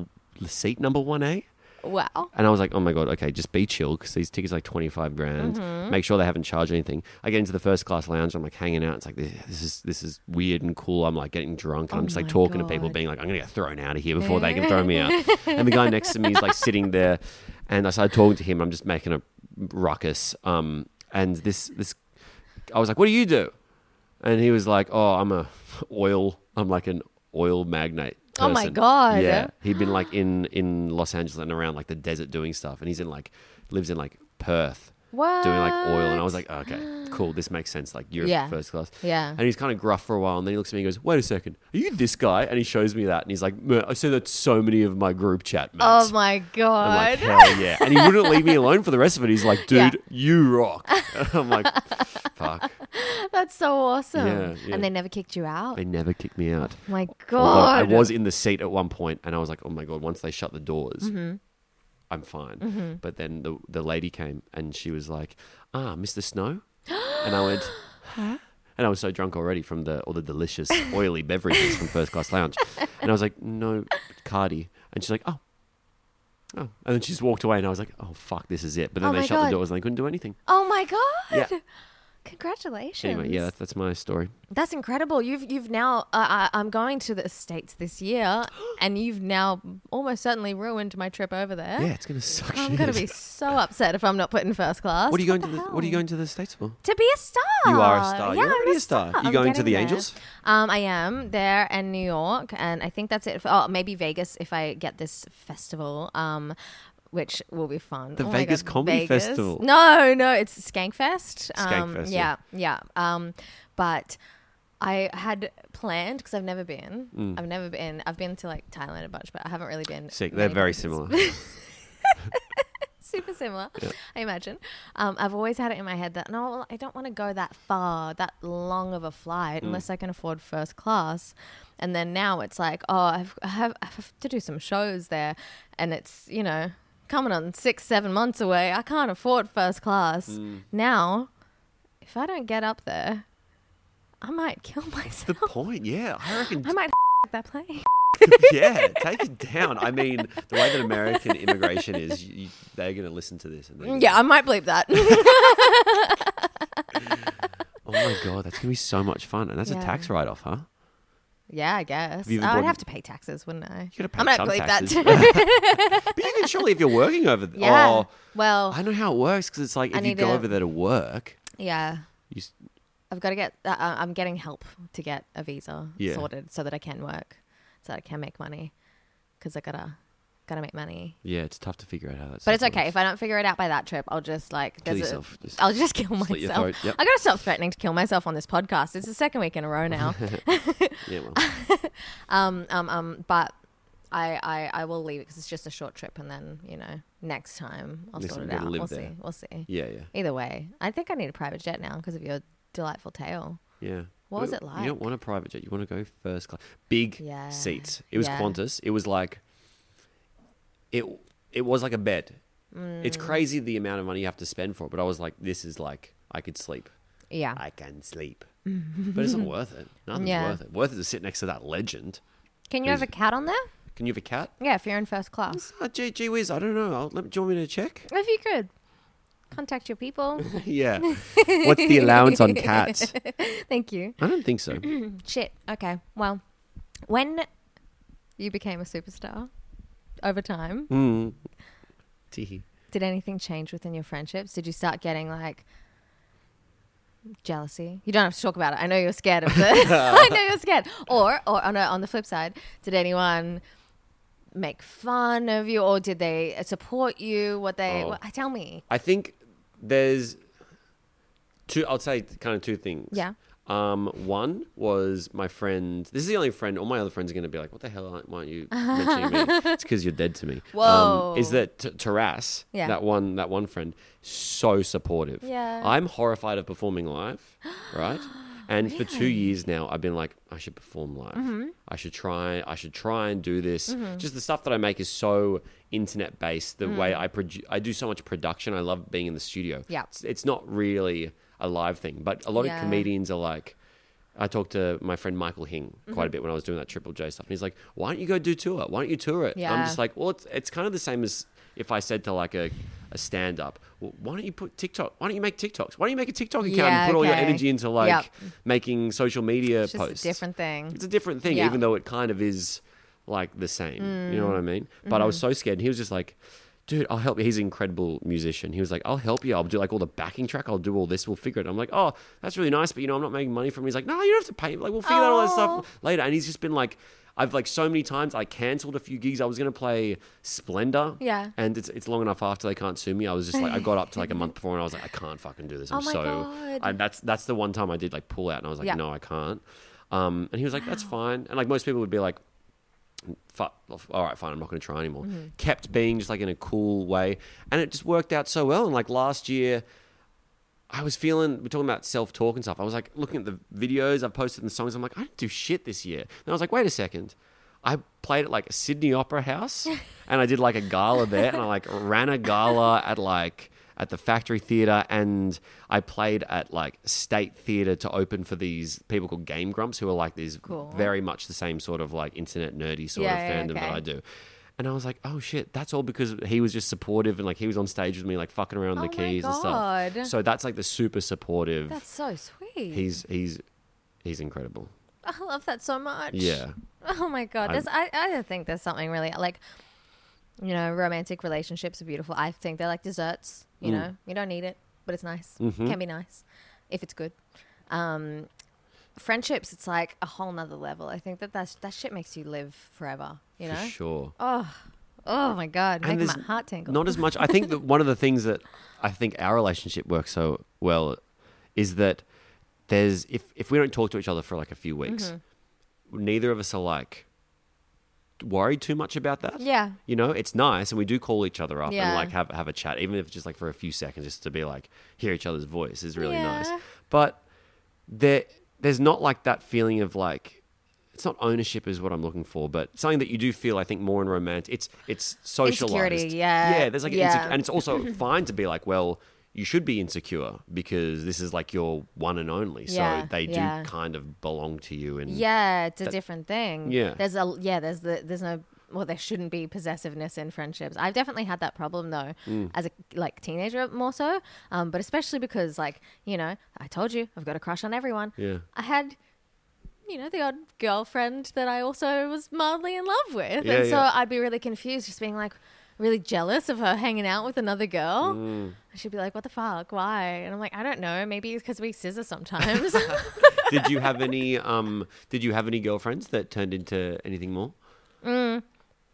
H: seat number 1A?
G: wow.
H: And I was like, oh my God, okay, just be chill because these tickets are like 25 grand.
I: Mm-hmm.
G: Mhm.
H: Make sure they haven't charged anything. I get into the first class lounge. I'm like hanging out. It's like, this, this is this is weird and cool. I'm like getting drunk. And I'm
I: Oh
H: just like
I: my
H: talking to people, being like, I'm going to get thrown out of here before they can throw me out. And the guy next to me is like sitting there. And I started talking to him. I'm just making a ruckus. Um, and this, this, I was like, what do you do? And he was like, oh, I'm a oil, I'm like an oil magnate.
G: Oh my
H: person."
G: God.
H: Yeah. He'd been like in in Los Angeles and around like the desert doing stuff, and he's in like lives in like Perth. Doing like oil, and I was like, oh, okay, cool, this makes sense. Like you're
G: Yeah.
H: first class,
G: Yeah.
H: And he's kind of gruff for a while, and then he looks at me and goes, "Wait a second, are you this guy?" And he shows me that, and he's like, "Man, "I said that to so many of my group chat mates."
G: Oh my god.
H: I'm like, hell yeah. And he wouldn't leave me alone for the rest of it. He's like,
G: Yeah.
H: dude, you rock. And I'm like, fuck.
G: That's so awesome.
H: Yeah, yeah.
G: And they never kicked you out. Oh
H: They never kicked me out.
G: my
H: Although I
G: God.
H: was in the seat at one point and I was like, oh my God, once they shut the doors,
G: Mhm.
H: I'm fine.
G: Mhm.
H: But then the, the lady came and she was like, ah, Mr. Snow? and I went, huh? And I was so drunk already from the all the delicious oily beverages from First Class Lounge. And I was like, no, Cardi. And she's like, oh. Oh. And then she just walked away and I was like, oh, fuck, this is it. But then
G: Oh
H: they
G: my
H: shut
G: God.
H: the doors and they couldn't do anything.
G: Oh my god.
H: Yeah.
G: Congratulations.
H: Anyway, yeah, that's, that's my story.
G: That's incredible. You've you've now. Uh, I'm going to the states this year, and you've now almost certainly ruined my trip over there.
H: Yeah, it's gonna suck.
G: I'm
H: shit.
G: gonna be so upset if I'm not put in first class.
H: What are you going to? The,
G: the
H: what are you going to the states for?
G: To be a star.
H: You are a star.
G: Yeah,
H: You're already
G: I'm
H: a star. You
G: I'm
H: going to
G: getting
H: the
G: there.
H: Angels?
G: Um, I am there in New York, and I think that's it. For, oh, maybe Vegas if I get this festival. Um. Which will be fun.
H: The
G: Oh my
H: Vegas
G: God,
H: Comedy
G: Vegas.
H: Festival.
G: No, no, it's Skankfest. Um,
H: Skankfest,
G: yeah, yeah. Um, but I had planned because I've never been.
H: Mm.
G: I've never been. I've been to like Thailand a bunch, but I haven't really been.
H: Sick.
G: many
H: They're very
G: places.
H: similar.
G: Super similar,
H: Yeah.
G: I imagine. Um, I've always had it in my head that no, I don't want to go that far, that long of a flight,
J: Mm.
G: unless I can afford first class. And then now it's like, oh, I've, I have I have to do some shows there, and it's you know coming on six, seven months away. I can't afford first class
H: Mm.
G: now. If I don't get up there, I might kill
H: That's
G: myself.
H: the point. Yeah, I reckon.
G: I might that plane.
H: yeah, take it down. I mean, the way that American immigration is, you, you- they're going to listen to this. And they're gonna-
G: Yeah, I might bleep that.
H: oh my god, that's going to be so much fun, and that's
G: Yeah.
H: a tax write-off, huh?
G: Yeah, I guess.
H: Have you
G: Oh,
H: even
G: I'd
H: bought-
G: have to pay taxes, wouldn't I?
H: You gotta pay
G: I'm gonna
H: some
G: bleep
H: taxes.
G: that too.
H: but you can surely, if you're working over, there.
G: Yeah.
H: oh,
G: well,
H: I know how it works because it's like
G: I
H: if you
G: need
H: go
G: to-
H: over there to work,
G: yeah,
H: you s-
G: I've got to get. Uh, uh, I'm getting help to get a visa
H: Yeah.
G: sorted so that I can work, so that I can make money, because I gotta gotta make money.
H: yeah, it's tough to figure out how that's.
G: But it's okay if I don't figure it out by that trip. I'll just like
H: Kill
G: there's a-
H: yourself. Just
G: I'll just kill
H: slit your
G: myself.
H: throat. Yep.
G: I gotta stop threatening to kill myself on this podcast. It's the second week in a row now.
H: yeah, well,
G: um, um, um, but I, I, I will leave it because it's just a short trip, and then you know next time I'll
H: Next
G: sort
H: time
G: it
H: you gotta
G: out.
H: live
G: We'll
H: there.
G: see. We'll see.
H: Yeah, yeah.
G: Either way, I think I need a private jet now because of your delightful tale.
H: Yeah.
G: What was
H: Well,
G: it
H: You don't
G: like?
H: want a private jet. You want to go first class. Big
G: Yeah.
H: seats. It was
G: Yeah.
H: Qantas. It was like it it was like a bed. It's
G: Mm.
H: crazy the amount of money you have to spend for it, but I was like this is like I could sleep.
G: Yeah.
H: I can sleep. but it's not worth it. Nothing's
G: Yeah.
H: worth it. Worth it to sit next to that legend.
G: Can you have a
H: Is-
G: cat on there?
H: Can you have a cat?
G: Yeah, if you're in first class.
H: Uh, gee, gee whiz, I don't know. I'll, let, do you want me to check?
G: If you could contact your people.
H: Yeah. What's the allowance on cats?
G: Thank you.
H: I don't think so.
G: Shit. Okay. Well, when you became a superstar over time,
H: Mm. Teehee.
G: did anything change within your friendships? Did you start getting like jealousy? You don't have to talk about it. I know you're scared of the. I know you're scared. Or, or on, a, on the flip side, did anyone make fun of you, or did they uh, support you? What they?
H: Oh.
G: What, tell me.
H: I think there's two. I'll say kind of two things.
G: Yeah.
H: Um, one was my friend. This is the only friend. All my other friends are going to be like, "What the hell? aren't- Why aren't you mentioning me?" It's because you're dead to me.
G: Whoa.
H: Um, is that T- Taras?
G: Yeah.
H: That one. That one friend. So supportive.
G: Yeah.
H: I'm horrified of performing live. Right. And for two years now, I've been like, I should perform live.
I: Mhm.
H: I should try. I should try and do this.
I: Mhm.
H: Just the stuff that I make is so internet based. The
I: Mm.
H: way I produce, I do so much production. I love being in the studio.
I: Yeah.
H: it's, it's not really a live thing, but a lot
I: Yeah.
H: of comedians are like. I talked to my friend Michael Hing
G: Mm-hmm.
H: quite a
I: Mhm.
H: bit when I was doing that Triple J stuff, and he's like, "Why don't you go do tour? Why don't you tour it?" And I'm
I: Yeah.
H: just like, "Well, it's, it's kind of the same as if I said to like a, a stand up, well, why don't you put TikTok? Why don't you make TikToks? Why don't you make a TikTok account
G: Yeah,
H: and put all your
G: okay.
H: energy into like
G: Yep.
H: making social media
G: It's just
H: posts?
G: a different thing.
H: It's a different thing,
G: Yeah.
H: even though it kind of is like the same. You know
G: Mm.
H: what I mean? But I was
G: Mhm.
H: so scared. And he was just like, dude, I'll help you. He's an incredible musician. He was like, I'll help you. I'll do like all the backing track. I'll do all this. We'll figure it. I'm like, oh, that's really nice, but you know, I'm not making money from it. He's like, no, you don't have to pay. me. Like, we'll figure out all that stuff later. And he's just been like, I've like so many times I cancelled a few gigs. I was gonna play Splendor,
G: Yeah.
H: and it's it's long enough after they can't sue me. I was just like I got up to like a month before and I was like I can't fucking do this. I'm
G: Oh my
H: so
G: God.
H: I, that's that's the one time I did like pull out and I was like
G: Yeah.
H: no I can't. Um, and he was like that's fine. And like most people would be like, fuck, all right, fine, I'm not going to try anymore.
G: Mm-hmm.
I: Mhm.
H: Kept being just like in a cool way, and it just worked out so well. And like last year, I was feeling we're talking about self talk and stuff. I was like looking at the videos I've posted and the songs. I'm like, I didn't do shit this year. And I was like, wait a second. I played at like a Sydney Opera House and I did like a gala there and I like ran a gala at like at the Factory Theatre and I played at like State Theatre to open for these people called Game Grumps who are like these
I: Cool.
H: very much the same sort of like internet nerdy sort
I: Yeah, yeah,
H: of fandom that
I: okay.
H: I do. And I was like, oh shit, that's all because he was just supportive and like he was on stage with me, like fucking around with the
G: Oh my
H: keys and
G: God.
H: stuff. So that's like the super supportive.
G: That's so sweet.
H: he's he's he's incredible.
G: I love that so much.
H: Yeah.
G: Oh my god.
H: I'm-
G: There's, I I think there's something really like, you know, romantic relationships are beautiful. I think they're like desserts. You
H: Mm.
G: know, you don't need it, but it's nice.
H: Mhm.
G: Can be nice if it's good. Um, friendships, it's like a whole nother level. I think that that's, that shit makes you live forever. You
H: For
G: know.
H: sure.
G: Oh. Oh my god.
H: And
G: Make my
H: there's
G: heart tingle.
H: Not as much. I think that one of the things that I think our relationship works so well is that there's if if we don't talk to each other for like a few weeks,
I: Mhm.
G: Mm-hmm.
H: neither of us are like worried too much about that.
I: Yeah.
H: You know, it's nice and we do call each other up
I: Yeah.
H: and like have have a chat, even if it's just like for a few seconds, just to be like hear each other's voice is really
I: Yeah.
H: nice. But there there's not like that feeling of like it's not ownership is what I'm looking for, but something that you do feel I think more in romance. It's it's socialized.
I: Insecurity, yeah.
H: Yeah, there's like an
I: Yeah.
H: insec- and it's also fine to be like, well, you should be insecure because this is like your one and only. So
G: Yeah,
H: they do
G: yeah.
H: kind of belong to you
I: Mm.
H: and
G: Yeah, it's a
H: that-
G: different thing.
H: Yeah.
G: There's a yeah, there's the there's no well, there shouldn't be possessiveness in friendships. I've definitely had that problem though,
I: Mm.
G: as a like teenager more so, um, but especially because like you know, I told you I've got a crush on everyone.
I: Yeah.
G: I had, you know, the odd girlfriend that I also was mildly in love with,
I: Yeah,
G: and so
I: yeah.
G: I'd be really confused, just being like really jealous of her hanging out with another girl.
H: Mm.
G: And she'd be like, "What the fuck? Why?" And I'm like, "I don't know. Maybe because we scissor sometimes."
H: did you have any um did you have any girlfriends that turned into anything more?
G: Mm,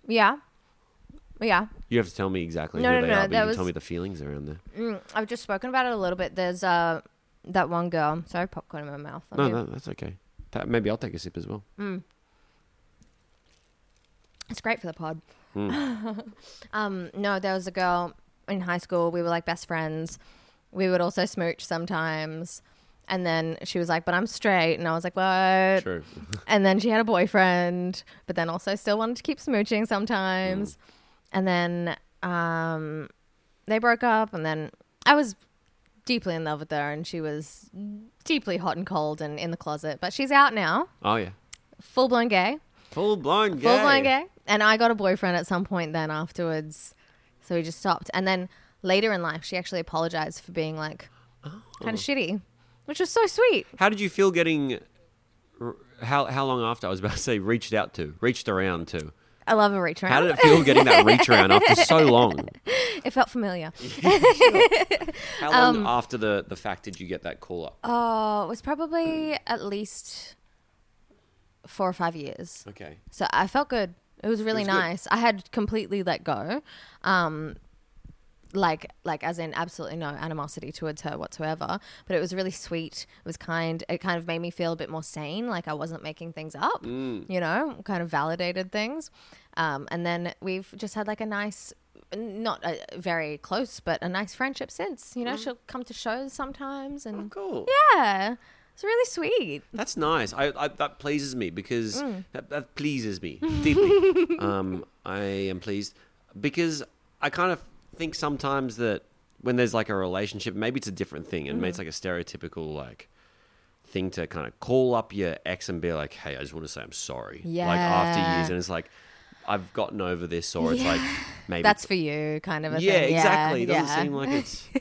G: yeah. Yeah.
H: You have to tell me exactly
G: No,
H: who
G: no,
H: they
G: no,
H: are, but
G: that
H: you can
G: was-
H: tell me the feelings around there.
G: Mm, I've just spoken about it a little bit. There's uh, that one girl. Sorry, popcorn in my mouth.
H: No,
G: I'm
H: no, that's okay. That, maybe I'll take a sip as well.
G: Mm. It's great for the pod.
H: Hmm.
G: um, no, there was a girl in high school. We were like best friends. We would also smooch sometimes. And then she was like, "But I'm straight," and I was like, "What?"
H: True.
G: And then she had a boyfriend, but then also still wanted to keep smooching sometimes. And then um, they broke up, and then I was deeply in love with her, and she was deeply hot and cold and in the closet. But she's out now,
H: Oh yeah.
G: full blown gay.
H: Full blown gay.
G: Full blown gay. And I got a boyfriend at some point then afterwards. So we just stopped. And then later in life, she actually apologized for being like kind of shitty, which was so sweet.
H: How did you feel getting? r- How how long after I was about to say reached out to, reached around to?
G: I love a reach around.
H: How did it feel getting that reach around after so long?
G: It felt familiar.
H: How long
G: Um,
H: after the the fact did you get that call up?
G: Oh, it was probably at least four or five years.
H: Okay.
G: So I felt good. It was really
H: was good.
G: nice. I had completely let go. Um like like as in absolutely no animosity towards her whatsoever. But it was really sweet. It was kind. It kind of made me feel a bit more sane, like I wasn't making things up.
I: Mm.
G: You know, kind of validated things. Um and then we've just had like a nice not a very close, but a nice friendship since. You know, she'll come to shows sometimes, and
H: cool.
G: Yeah, it's really sweet.
H: That's nice. I, I that pleases me because
G: Mm.
H: that, that pleases me deeply. um, I am pleased because I kind of think sometimes that when there's like a relationship, maybe it's a different thing, and maybe
G: Mm.
H: it's like a stereotypical like thing to kind of call up your ex and be like, "Hey, I just want to say I'm sorry." Like after
G: Yeah.
H: years, and it's like. I've gotten over this, or it's
G: Yeah.
H: like maybe
G: That's for you, kind of a
H: yeah,
G: thing.
H: exactly. It doesn't
G: yeah.
H: seem like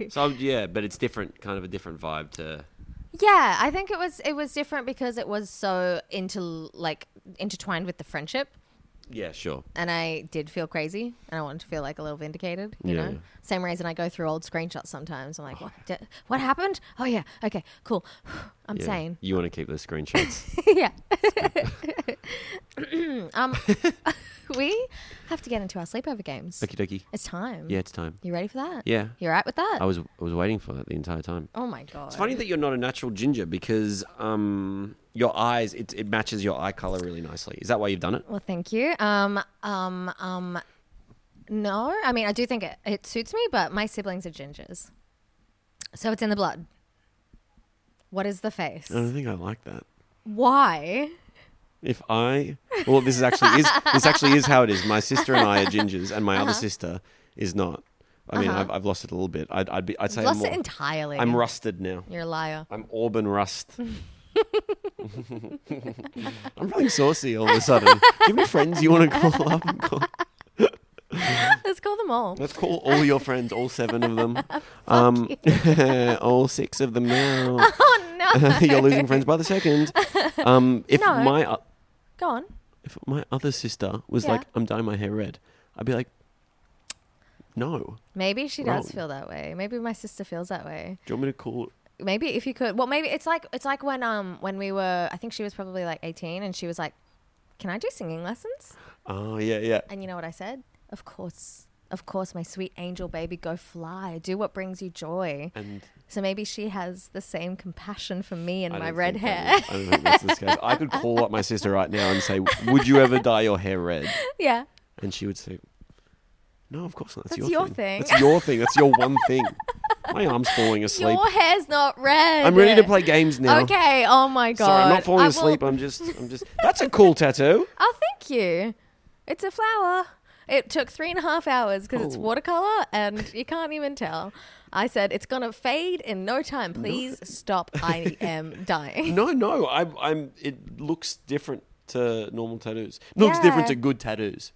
H: it's so. Yeah, but it's different, kind of a different vibe to
G: Yeah, I think it was it was different because it was so into like intertwined with the friendship,
H: yeah, sure.
G: and I did feel crazy, and I wanted to feel like a little vindicated. You
H: Yeah,
G: know,
H: yeah.
G: same reason I go through old screenshots sometimes. I'm like, what, di- what happened? Oh yeah, okay, cool. I'm
H: Yeah.
G: sane.
H: You want to keep those screenshots.
G: yeah. um, we have to get into our sleepover games.
H: Okie dokie.
G: It's time.
H: Yeah, it's time.
G: You ready for that?
H: Yeah.
G: You all right with that?
H: I was I was waiting for that the entire time.
G: Oh my god.
H: It's funny that you're not a natural ginger because um your eyes it, it matches your eye color really nicely. Is that why you've done it?
G: Well, thank you. Um, um, um. No, I mean I do think it, it suits me, but my siblings are gingers, so it's in the blood. What is the face?
H: don't think I like that.
G: Why?
H: If I well, this is actually is this actually is how it is. My sister and I are gingers, and my other
G: Uh-huh.
H: sister is not. I mean,
G: Uh-huh.
H: I've, I've lost it a little bit. I'd, I'd be I'd say I'm
G: Lost it
H: more-
G: entirely.
H: I'm rusted now.
G: You're a liar.
H: I'm Auburn rust. I'm feeling saucy all of a sudden. Do you have any friends you want to call up? and call?
G: Let's call them all.
H: Let's call all your friends, all seven of them. um, all six of them now.
G: Oh, no.
H: You're losing friends by the second. Um, if
G: No.
H: my o-
G: Go on.
H: if my other sister was
G: Yeah.
H: like, "I'm dyeing my hair red," I'd be like, "No."
G: Maybe she does feel
H: Wrong.
G: that way. Maybe my sister feels that way.
H: Do you want me to call?
G: Maybe if you could, well, maybe it's like it's like when um when we were, I think she was probably like eighteen, and she was like, "Can I do singing lessons?"
H: Oh yeah, yeah.
G: And you know what I said? Of course, of course, my sweet angel baby, go fly, do what brings you joy.
H: And
G: so maybe she has the same compassion for me and
H: I
G: my
H: don't
G: red
H: think
G: hair.
H: that is- I don't think that's the case. I could call up my sister right now and say, "Would you ever dye your hair red?"
G: yeah,
H: And she would say, "No, of course not. That's,
G: That's
H: your,
G: your
H: thing.
G: thing."
H: That's your thing. That's your one thing." My arm's falling asleep.
G: your hair's not red.
H: I'm ready to play games now.
G: Okay. Oh my god.
H: Sorry, I'm not falling
G: I will-
H: asleep. I'm just, I'm just. That's a cool tattoo.
G: Oh, thank you. It's a flower. It took three and a half hours because it's
H: Oh.
G: watercolor and you can't even tell. I said, it's going to fade in no time. Please stop. I am dying.
H: No, no. I'm, I'm. It looks different to normal tattoos. Looks different
G: Yeah.
H: to good tattoos.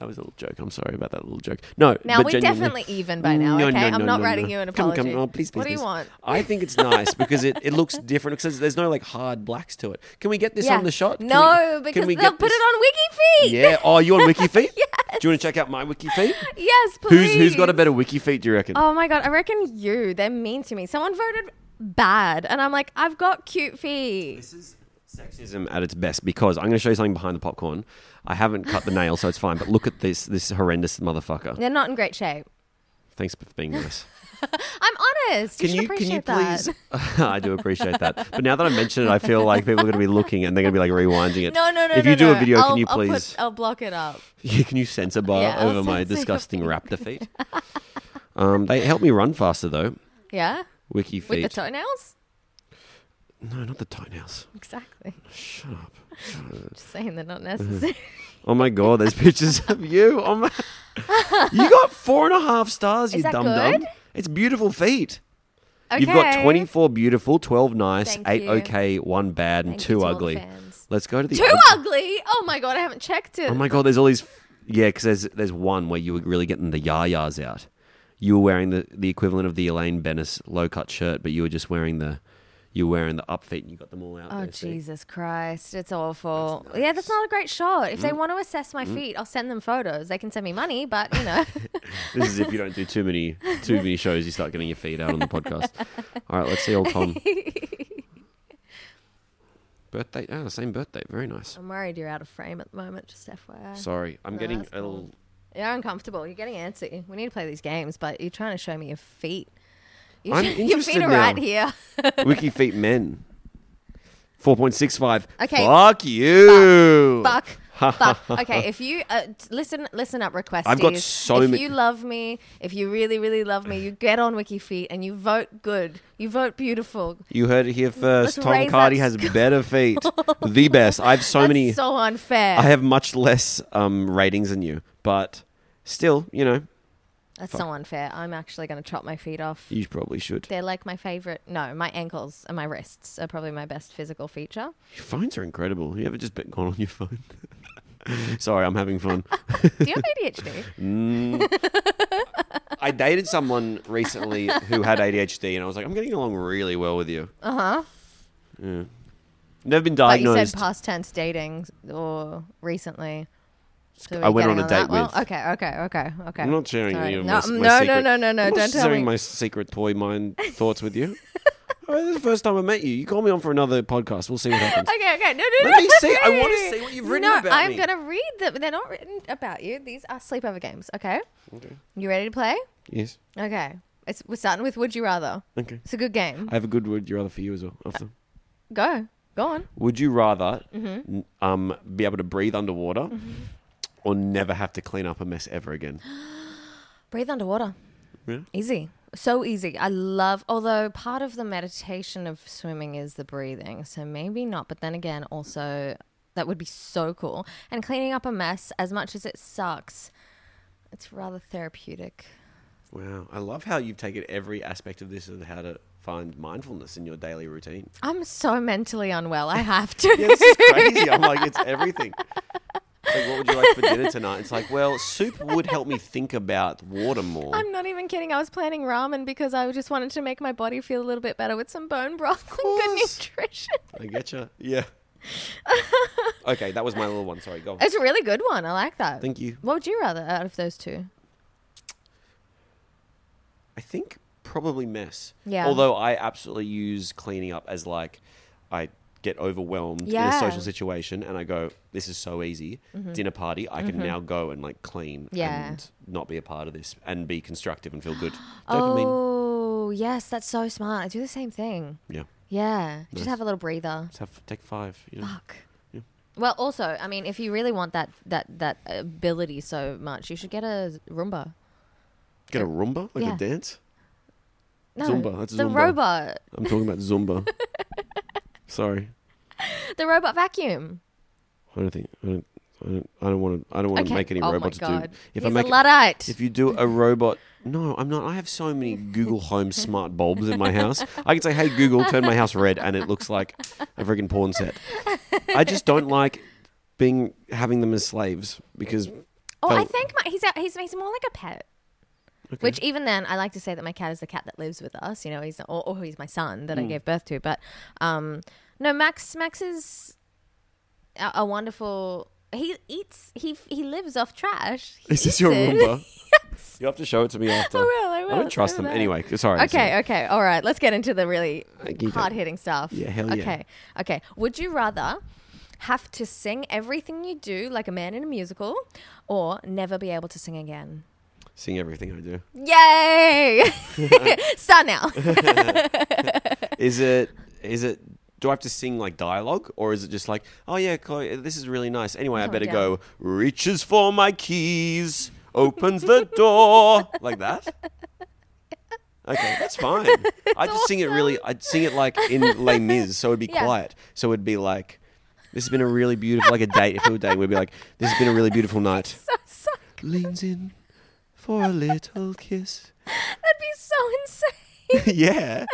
H: That was a little joke. I'm sorry about that little joke. No,
G: Now
H: but
G: we're
H: genuinely-
G: definitely even by now,
H: No,
G: okay?
H: no,
G: I'm
H: no,
G: not
H: no,
G: writing
H: no.
G: you an
H: Come,
G: apology.
H: Come, oh, please, please,
G: What do you
H: please.
G: want?
H: I think it's nice because it, it looks different because there's no like hard blacks to it. Can we get this
G: Yeah.
H: on the shot? Can
G: No,
H: we- can
G: because
H: we
G: they'll
H: get
G: put
H: this-
G: it on WikiFeed.
H: Yeah. Oh, you on Wiki Feet? Do you want to check out my Wiki Feet?
G: yes, please.
H: Who's who's got a better Wiki Feet? Do you reckon?
G: Oh my God. I reckon you. They're mean to me. Someone voted bad. And I'm like, I've got cute feet. This
H: is Sexism at its best because I'm going to show you something behind the popcorn. I haven't cut the nail, so it's fine. But look at this this horrendous motherfucker.
G: They're not in great shape.
H: Thanks for being with us.
G: I'm honest. You should appreciate that.
H: I do appreciate that. But now that I mentioned it, I feel like people are going to be looking and they're going to be like rewinding it.
G: No, no, no.
H: If
G: no,
H: you do
G: no.
H: a video,
G: I'll-
H: can you
G: I'll put-
H: please?
G: I'll block it up.
H: Yeah, can you censor bar
G: Yeah, I'll
H: over
G: censor
H: my
G: your
H: disgusting
G: finger.
H: rap defeat? um, they help me run faster though.
G: Yeah.
H: Wiki
G: With the
H: feet.
G: toenails.
H: no, not the toenails.
G: Exactly.
H: Shut up. Shut up.
G: Just saying they're not necessary.
H: Oh my god, there's pictures of you. Oh my. You got four and a half stars.
G: Is
H: you
G: that
H: dum dum.
G: good?
H: It's beautiful feet. You've got
G: Okay.
H: 24 beautiful, 12 nice,
G: Thank
H: 8
G: you.
H: okay, 1 bad, and
G: Thank
H: 2
G: you to all the
H: ugly.
G: fans.
H: Let's go to the
G: Too
H: ug-
G: ugly. Oh my god, I haven't checked it.
H: Oh my god, there's all these. Yeah, because there's there's one where you were really getting the yayas out. You were wearing the, the equivalent of the Elaine Bennis low cut shirt, but you were just wearing the you were wearing the up feet and you got them all out.
G: Oh
H: there, see?
G: Jesus Christ, it's awful. Yeah, that's not a great shot. If they
H: Mm.
G: want to assess my feet, I'll send them photos. They can send me money, but you know.
H: This is if you don't do too many too many shows, you start getting your feet out on the podcast. All right, let's see old Tom. Um, birthday, oh, same birthday, very nice.
G: I'm worried you're out of frame at the moment, just FYI.
H: Sorry, I'm
G: No,
H: getting
G: that's
H: a little.
G: You're uncomfortable. You're getting antsy. We need to play these games, but you're trying to show me your feet. You
H: I'm
G: should- your
H: interested
G: feet are
H: now.
G: right here.
H: Wiki feet men. Four point six five.
G: Okay.
H: Fuck you.
G: Fuck. Fuck. Okay, if you uh, t- listen, listen up, requesties.
H: I've got so
G: If
H: many-
G: you love me, if you really, really love me, you get on Wiki Feet and you vote good. You vote beautiful.
H: You heard it here 1st
G: Let's
H: Tom
G: raise
H: Cardi
G: that
H: has better feet. the best. I have so
G: That's
H: many.
G: so unfair.
H: I have much less um, ratings than you, but still, you know,
G: That's so unfair. I'm actually going to chop my feet off.
H: you probably should.
G: They're like my favorite. No, my ankles and my wrists are probably my best physical feature.
H: Your phones are incredible. You ever just been gone on your phone? Sorry, I'm having fun.
G: Do you have ADHD?
H: Mm. I dated someone recently who had ADHD, and I was like, I'm getting along really well with you.
G: Uh huh.
H: Yeah. Never been
G: But you said
H: diagnosed.
G: past tense dating or recently. So
H: I
G: we're
H: went on
G: getting
H: a date
G: that well?
H: with-
G: Okay, okay, okay, okay.
H: I'm not sharing
G: Sorry.
H: any of
G: no,
H: my,
G: mm,
H: my
G: no,
H: secret.
G: no, no, no,
H: I'm
G: no.
H: not
G: Don't tell
H: sharing
G: me.
H: my secret toy mind thoughts with you. oh, this is the first time I met you. You call me on for another podcast. We'll see what happens.
G: Okay, okay, no, no,
H: Let
G: no.
H: me see. I wanna see what you've written
G: no,
H: about
G: I'm
H: me.
G: gonna read them. They're not written about you. These are sleepover games. Okay,
H: okay.
G: you ready to play?
H: Yes.
G: Okay, it's we're starting with Would You Rather.
H: Okay.
G: It's a good game.
H: I have a good would you rather for you as well. After.
G: Go, go on.
H: Would you rather
G: Mhm.
H: n- um, be able to breathe underwater
G: Mm-hmm.
H: or never have to clean up a mess ever again?
G: Breathe underwater.
H: Yeah.
G: Easy. So easy. I love, although part of the meditation of swimming is the breathing. So maybe not. But then again, also, that would be so cool. And cleaning up a mess, as much as it sucks, it's rather therapeutic.
H: Wow. I love how you've taken every aspect of this and how to find mindfulness in your daily routine.
G: I'm so mentally unwell. I have to.
H: Yeah, this is crazy. I'm like, it's everything. It's Like, what would you like for dinner tonight? It's like, well, soup would help me think about water more.
G: I'm not even kidding. I was planning ramen because I just wanted to make my body feel a little bit better with some bone broth and good nutrition.
H: I get you. Yeah. okay, that was my little one. Sorry, go on.
G: It's a really good one. I like that.
H: Thank you.
G: What would you rather out of those two?
H: I think probably mess.
G: Yeah.
H: Although I absolutely use cleaning up as like I get overwhelmed in a
G: Yeah.
H: social situation and I go, this is so easy.
G: Mhm.
H: Dinner party, I can
G: Mhm.
H: now go and like clean
G: Yeah.
H: and not be a part of this and be constructive and feel good. Dopamine.
G: Oh, yes, that's so smart. I do the same thing.
H: Yeah.
G: Yeah,
H: Nice.
G: just have a little breather.
H: Let's have take five. You know?
G: Fuck. Well, also, I mean, if you really want that that that ability so much, you should get a Roomba.
H: Get a Roomba? Like
G: Yeah.
H: a dance?
G: No,
H: Zumba. That's a
G: the
H: Zumba.
G: robot,
H: I'm talking about Zumba. Sorry.
G: the robot vacuum.
H: I don't think I don't I don't, I don't want to I don't want to
G: Okay.
H: make any
G: Oh my
H: robots
G: God.
H: do.
G: He's
H: If I
G: a
H: make
G: Luddite.
H: if you do a robot, no, I'm not. I have so many Google Home smart bulbs in my house. I can say, "Hey Google, turn my house red," and it looks like a freaking porn set. I just don't like being having them as slaves because
G: Oh, I
H: felt-
G: think my, he's a, he's he's more like a pet. Which even then, I like to say that my cat is the cat that lives with us. You know, he's or, or he's my son that I
H: Hmm.
I: Mm.
G: gave birth to. But um, no, Max Max is a, a wonderful. He eats. He he lives off trash. He
H: is
G: eats
H: this your
G: it.
H: Roomba? You have to show it to me after.
G: I will, I will,
H: don't trust
G: so
H: them
G: bad.
H: anyway. Sorry. sorry.
G: Okay, okay, all right. Let's get into the really
H: Okay, okay.
G: hard hitting stuff.
H: Yeah, hell yeah.
G: Okay, okay. Would you rather have to sing everything you do like a man in a musical, or never be able to sing again?
H: Seeing everything I do.
G: Yay! Start now.
H: Is it? Is it? Do I have to sing like dialogue, or is it just like, oh yeah, Chloe, this is really nice. Anyway, I
G: Oh,
H: better
G: yeah.
H: go. Reaches for my keys, opens the door, like that. Okay, that's fine. I'd just sing it really. I'd sing it like in Les Mis, so it'd be
G: Yeah.
H: quiet. So it'd be like, this has been a really beautiful, like a date. If it were a date, we'd be like, this has been a really beautiful night.
G: so suck.
H: Leans in for a little kiss.
G: That'd be so insane.
H: yeah.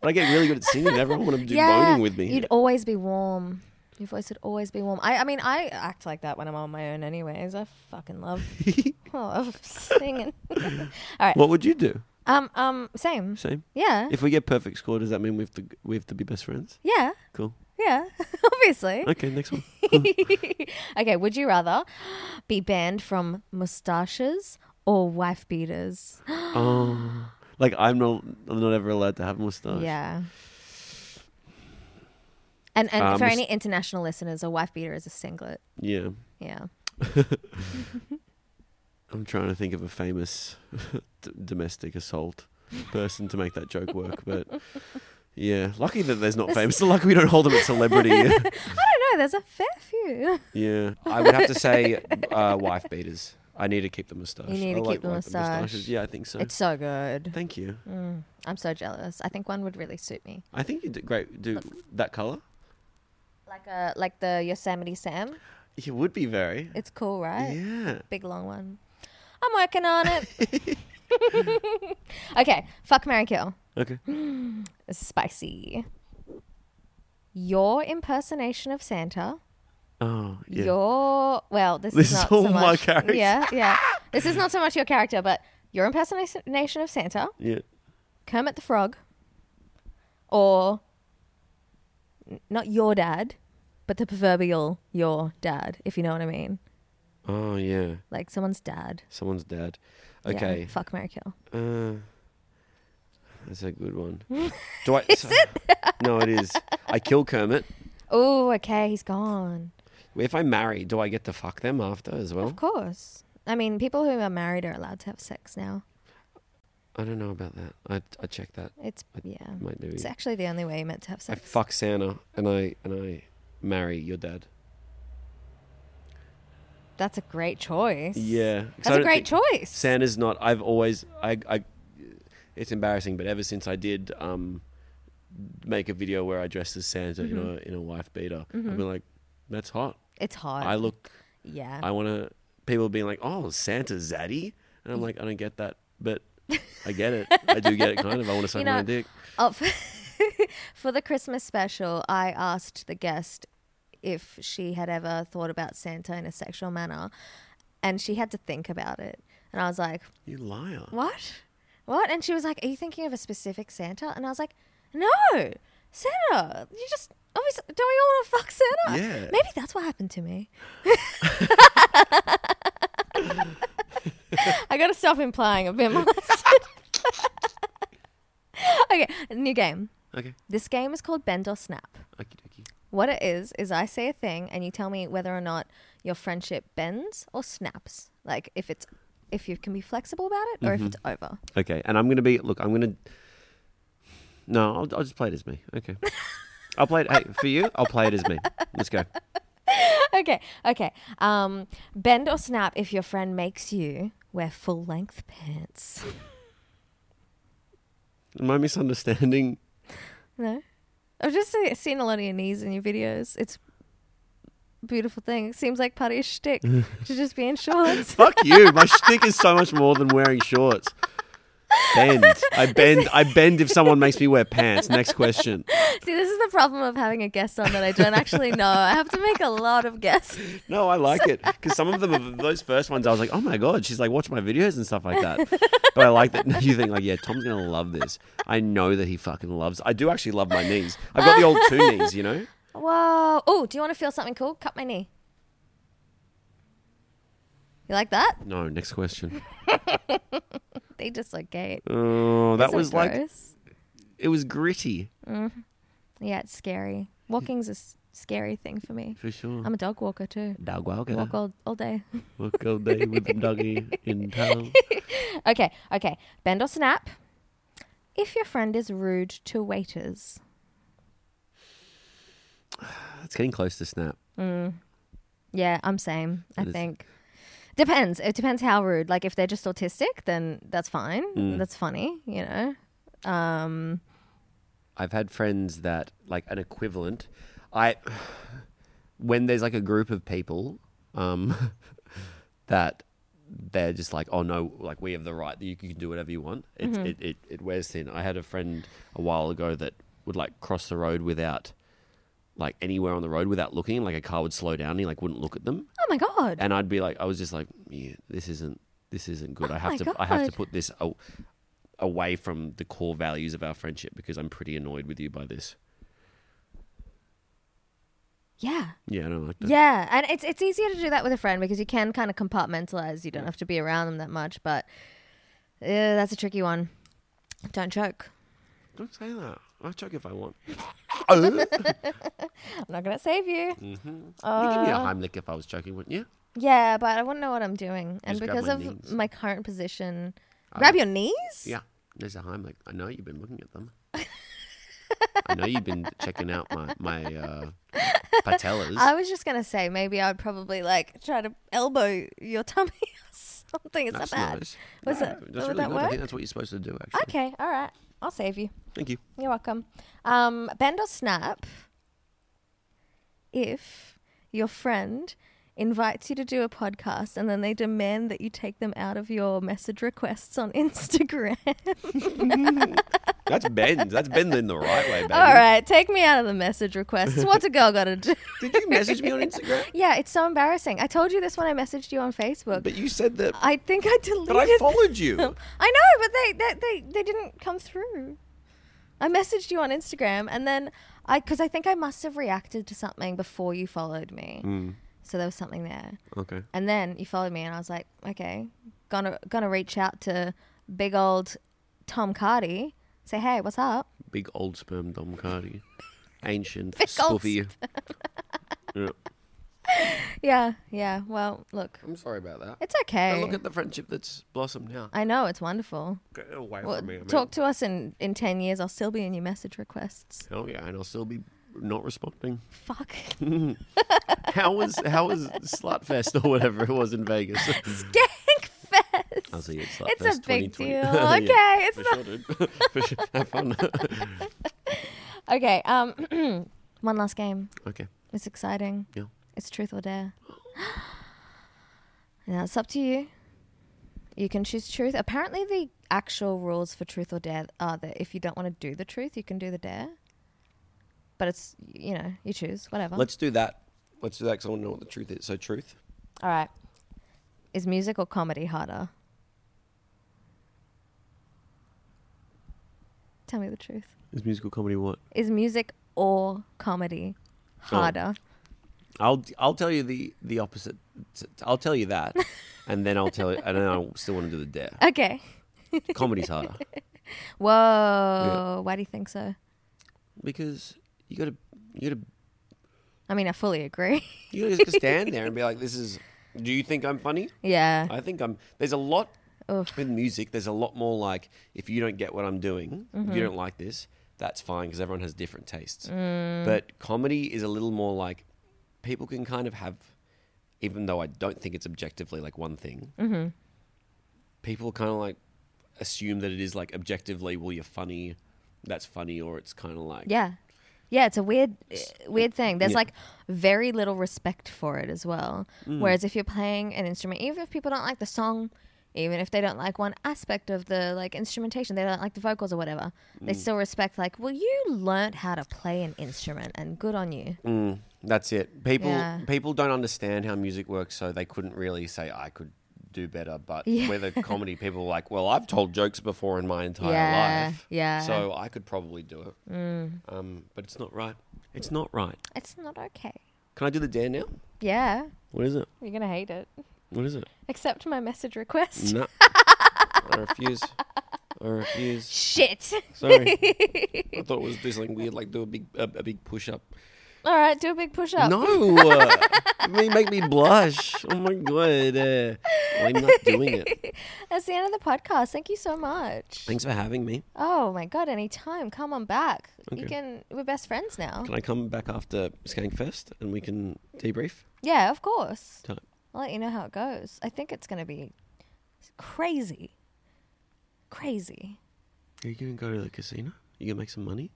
H: But I get really good at singing. and Everyone want to do boning with me.
G: You'd always be warm. Your voice would always be warm. I, I mean, I act like that when I'm on my own, anyways. I fucking love, I love singing. All right.
H: What would you do?
G: um, um, same.
H: Same.
G: Yeah.
H: If we get perfect score, does that mean we have to we have to be best friends?
G: yeah.
H: Cool.
G: Yeah. Obviously.
H: Okay, next one.
G: okay. Would you rather be banned from mustaches or wife beaters?
H: Oh, like I'm not I'm not ever allowed to have a mustache.
G: Yeah. And and
H: Uh,
G: for
H: mus-
G: any international listeners, a wife beater is a singlet.
H: Yeah.
G: Yeah.
H: I'm trying to think of a famous d- domestic assault person to make that joke work, but yeah, lucky that there's not
G: This-
H: famous. Lucky we don't hold them at celebrity.
G: I don't know. There's a fair few.
H: Yeah, I would have to say uh, wife beaters. I need to keep the mustache.
G: You need
H: I
G: to keep the
H: wife-
G: mustache.
H: Yeah, I think so.
G: It's so good.
H: Thank you.
G: Mm, I'm so jealous. I think one would really suit me.
H: I think you do great. Do that color?
G: Like a like the Yosemite Sam.
H: It would be very.
G: It's cool, right?
H: Yeah.
G: Big long one. I'm working on it. okay, fuck Mary Kill.
H: Okay.
G: Mm. Spicy. Your impersonation of Santa.
H: Oh, yeah.
G: Your well, this, is
H: This is
G: not
H: all
G: so
H: my
G: much.
H: character.
G: Yeah, yeah. This is not so much your character, but your impersonation of Santa,
H: yeah.
G: Kermit the Frog, or n- not your dad, but the proverbial your dad, if you know what I mean,
H: Oh, yeah.
G: like someone's dad.
H: Someone's dad.
G: Yeah.
H: Okay.
G: Fuck Mary Kill.
H: Uh, that's a good one. Do I? is it? no, it is. I kill Kermit.
G: Oh, okay, he's gone.
H: If I marry, do I get to fuck them after as well?
G: Of course. I mean, people who are married are allowed to have sex now.
H: I don't know about that. I I check that.
G: It's
H: I
G: yeah.
H: might do
G: It's
H: it.
G: actually the only way you're meant to have
H: I
G: sex.
H: fuck Santa and I and I marry your dad.
G: That's a great choice.
H: Yeah, 'Cause I
G: That's a
H: don't
G: great
H: think-
G: choice.
H: Santa's not. I've always. I. I. It's embarrassing, but ever since I did um, make a video where I dressed as Santa
G: Mm-hmm.
H: in a in a wife beater, I've been like, that's hot.
G: It's hot.
H: I look.
G: Yeah.
H: I want to. People being like, oh, Santa zaddy, and I'm like, I don't get that, but I get it. I do get it, kind of. I want to suck
G: You
H: my
G: know-
H: own dick.
G: Oh, for, for the Christmas special, I asked the guest if she had ever thought about Santa in a sexual manner, and she had to think about it. And I was like,
H: You liar.
G: "What? What?" And she was like, "Are you thinking of a specific Santa?" And I was like, "No, Santa. You just obviously don't we all want to fuck Santa?
H: Yeah.
G: Maybe that's what happened to me." I gotta stop implying I've been molested. okay, new game.
H: Okay.
G: This game is called Bend or Snap.
H: Okie dokie.
G: What it is is I say a thing and you tell me whether or not your friendship bends or snaps. Like if it's if you can be flexible about it or if it's over.
H: Okay, and I'm gonna be look. I'm gonna. No, I'll, I'll just play it as me. Okay, I'll play it. Hey, for you, I'll play it as me. Let's go.
G: Okay, okay. Um, bend or snap if your friend makes you wear full length pants.
H: Am I misunderstanding?
G: No, I've just se- seen a lot of your knees in your videos. It's a beautiful thing. Seems like part of your shtick to just be in shorts.
H: Fuck you! My shtick is so much more than wearing shorts. Bend. I bend. I bend if someone makes me wear pants. Next question.
G: See, this is the problem of having a guest on that I don't actually know. I have to make a lot of guesses.
H: No, I like it because some of them, are- those first ones, I was like, oh my god, she's like, watch my videos and stuff like that. But I like that you think like, yeah, Tom's gonna love this. I know that he fucking loves. I do actually love my knees. I've got the old two knees, you know.
G: Whoa. Oh, do you want to feel something cool? Cut my knee. You like that?
H: No, next question.
G: They just look gay.
H: Oh, that
G: Isn't it
H: was like
G: gross?
H: it was gritty.
G: Yeah, it's scary. Walking's a s- scary thing for me.
H: For sure.
G: I'm a dog walker too.
H: Dog walker.
G: Walk all, all day.
H: Walk all day with the doggy in town.
G: Okay, okay. Bend or snap. If your friend is rude to waiters.
H: It's getting close to snap.
G: Mm. Yeah, I'm same. I
H: It is-
G: think depends. It depends how rude. Like if they're just autistic, then that's fine.
H: Mm.
G: That's funny, you know. Um,
H: I've had friends that like an equivalent. I when there's like a group of people um, that they're just like, oh no, like we have the right. You, you can do whatever you want. It,
L: Mhm.
H: it, it it wears thin. I had a friend a while ago that would like cross the road without like anywhere on the road without looking. Like a car would slow down. And he like wouldn't look at them.
G: oh my god.
H: and I'd be like, I was just like, yeah, this isn't this isn't good.
G: Oh
H: I have
G: my
H: to I have to
G: God.
H: put this a- away from the core values of our friendship because I'm pretty annoyed with you by this.
G: yeah.
H: Yeah, I don't like that.
G: Yeah, and it's it's easier to do that with a friend because you can kind of compartmentalize. You don't have to be around them that much, but uh, that's a tricky one. Don't choke.
H: Don't say that. I'll choke if I want.
G: I'm not gonna save you.
H: hmm you give me a
G: Uh,
H: Heimlich if I was choking, wouldn't you?
G: Yeah, but I wouldn't know what I'm doing, and
H: Just grab
G: because
H: my
G: of
H: knees.
G: my current position,
H: I
G: grab
H: would-
G: your knees.
H: Yeah, there's a Heimlich. I know you've been looking at them. I know you've been checking out my my uh, patellas.
G: I was just gonna say maybe I would probably like try to elbow your tummy or something. It's
H: That's
G: not bad.
H: nice.
G: Was
H: No,
G: it?
H: That's
G: would that
H: really good. I
G: work?
H: think that's what you're supposed to do. Actually,
G: Okay, all right. I'll save you.
H: thank you.
G: You're welcome. Um, bend or snap if your friend invites you to do a podcast and then they demand that you take them out of your message requests on Instagram.
H: That's bend. That's bend in the right way, baby.
G: All right, take me out of the message requests. What's a girl got to do?
H: Did you message me on Instagram?
G: yeah, it's so embarrassing. I told you this when I messaged you on Facebook.
H: But you said that.
G: I think I deleted.
H: But I followed
G: them.
H: you.
G: I know, but they, they they they didn't come through. I messaged you on Instagram, and then I because I think I must have reacted to something before you followed me.
H: Mm.
G: So there was something there,
H: Okay.
G: and then you followed me, and I was like, okay, gonna gonna reach out to big old Tom Cardi, say hey, what's up?
H: Big old sperm Dom Cardi. Ancient,
G: Big old
H: spoofy. yeah.
G: Yeah, yeah. Well, look,
H: I'm sorry about that.
G: It's okay.
H: Now look at the friendship that's blossomed now.
G: I know it's wonderful.
H: Get away
G: Well,
H: from me. I mean.
G: talk to us in in ten years. I'll still be in your message requests.
H: Hell Oh, yeah, and I'll still be not responding.
G: Fuck.
H: how was how was Slutfest or whatever it was in Vegas?
G: Fest.
H: I'll see you at Slutfest.
G: It's a big
H: 2020.
G: deal.
H: Yeah,
G: Okay, it's
H: for
G: not-
H: sure, dude. for sure. Have fun.
G: Okay. Um, one last game.
H: okay.
G: It's exciting.
H: Yeah.
G: It's truth or dare. now it's up to you. You can choose truth. Apparently, the actual rules for truth or dare are that if you don't want to do the truth, you can do the dare. But it's you know you choose whatever.
H: Let's do that. Let's do that because I want to know what the truth is. So truth.
G: All right. Is music or comedy harder? Tell me the truth.
H: Is musical comedy what?
G: Is music or comedy
H: Oh.
G: harder?
H: I'll I'll tell you the the opposite. I'll tell you that, and then I'll tell you, and then I still want to do the dare.
G: Okay.
H: Comedy's harder
G: Whoa. Why do you think so?
H: because you gotta you gotta
G: I mean, I fully agree.
H: you gotta just stand there and be like, "This is." Do you think I'm funny?
G: Yeah.
H: I think I'm. There's a lot
G: Oof.
H: with music. There's a lot more like if you don't get what I'm doing, if
G: Mhm.
H: you don't like this, that's fine because everyone has different tastes.
G: Mm.
H: But comedy is a little more like people can kind of have, even though I don't think it's objectively like one thing.
G: hmm
H: people kind of like assume that it is like objectively, well, you're funny, that's funny, or it's kind of like
G: Yeah. Yeah, it's a weird, uh, weird thing. There's
H: yeah.
G: like very little respect for it as well.
H: Mm.
G: Whereas if you're playing an instrument, even if people don't like the song, even if they don't like one aspect of the like instrumentation, they don't like the vocals or whatever, they
H: Mm.
G: still respect like, well, you learnt how to play an instrument, and good on you.
H: Mm, that's it. People
G: Yeah.
H: people don't understand how music works, so they couldn't really say I could do better. But
G: Yeah.
H: with a comedy, people are like, well, I've told jokes before in my entire
G: Yeah,
H: life,
G: yeah.
H: so I could probably do it.
G: Mm.
H: Um, but it's not right. It's not right.
G: It's not okay.
H: Can I do the dare now?
G: Yeah,
H: What is it?
G: you're gonna hate it.
H: What is it?
G: Accept my message request.
H: No. I refuse. I refuse.
G: Shit.
H: Sorry. I thought it was do something weird, like do a big a, a big push up.
G: All right, do a big push up.
H: No, uh, you make me blush. Oh my god, uh, I'm not doing it.
G: That's the end of the podcast. Thank you so much.
H: Thanks for having me.
G: Oh my god, anytime. Come on back. You
H: Okay.
G: can we're best friends now.
H: Can I come back after Skankfest and we can debrief?
G: Yeah, of course.
H: Time.
G: I'll let you know how it goes. I think it's gonna be crazy. Crazy.
H: Are you gonna go to the casino? You gonna make some money?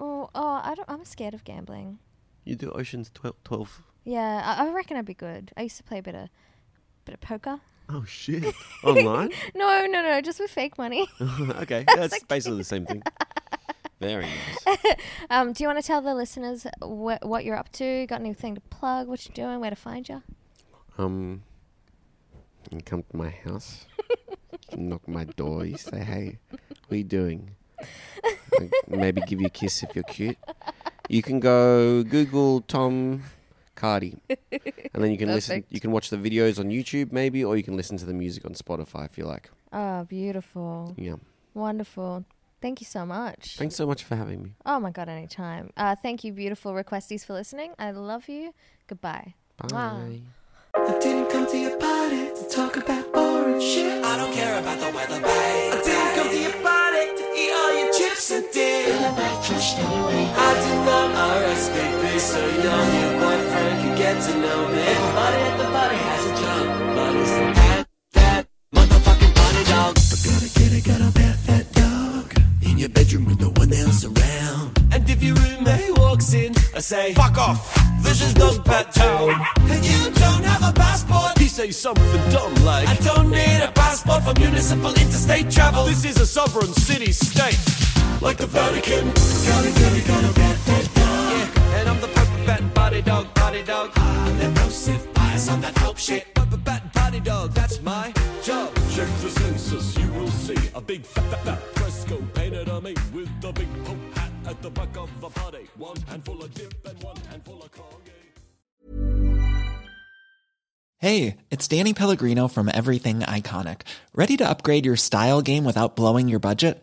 G: Oh, oh I don't I'm scared of gambling.
H: You do Ocean's 12. 12.
G: Yeah, I, I reckon I'd be good. I used to play a bit of bit of poker.
H: Oh shit! Online?
G: No, no, no, just with fake money.
H: okay, that's basically the same thing. Very nice.
G: um, do you want to tell the listeners wh- what you're up to? Got anything to plug? What you're doing? Where to find you?
H: Um, you come to my house, knock my door. You say, "Hey, what are you doing?" I maybe give you a kiss if you're cute. You can go Google Tom Cardi, and then you can listen.
G: Perfect.
H: You can watch the videos on YouTube, maybe, or you can listen to the music on Spotify if you like.
G: Oh, beautiful.
H: Yeah.
G: Wonderful. Thank you so much.
H: Thanks so much for having me.
G: Oh my God, anytime. Uh, thank you, beautiful requesties, for listening. I love you. Goodbye.
H: Bye.
K: I didn't come to your party to talk about boring shit. I don't care about the weather, babe. I didn't come to your party to eat all your chips and dip. I did not RSVP so young your boyfriend could get to know me. Everybody at the party has a job, but it's the bad, that motherfucking party dog. But gotta get it, gotta bat that dog in your bedroom with no one else around. And if your roommate walks in, I say, fuck off. This is dog pat town. And you don't have a passport. He says something dumb like, I don't need a passport for municipal interstate travel. This is a sovereign city state. Like the Vatican. Gotta, gotta, gotta pat that dog. Yeah, and I'm the purple bat body dog, body dog. I'm the Joseph Pius on that dope shit. Purple bat body dog, that's my job. Check the census, you will see a big fat, fat, fat fresco painted on me with the big pope hat at the back of the party. One handful of dip and one handful of Colgate.
M: Hey, it's Danny Pellegrino from Everything Iconic. Ready to upgrade your style game without blowing your budget?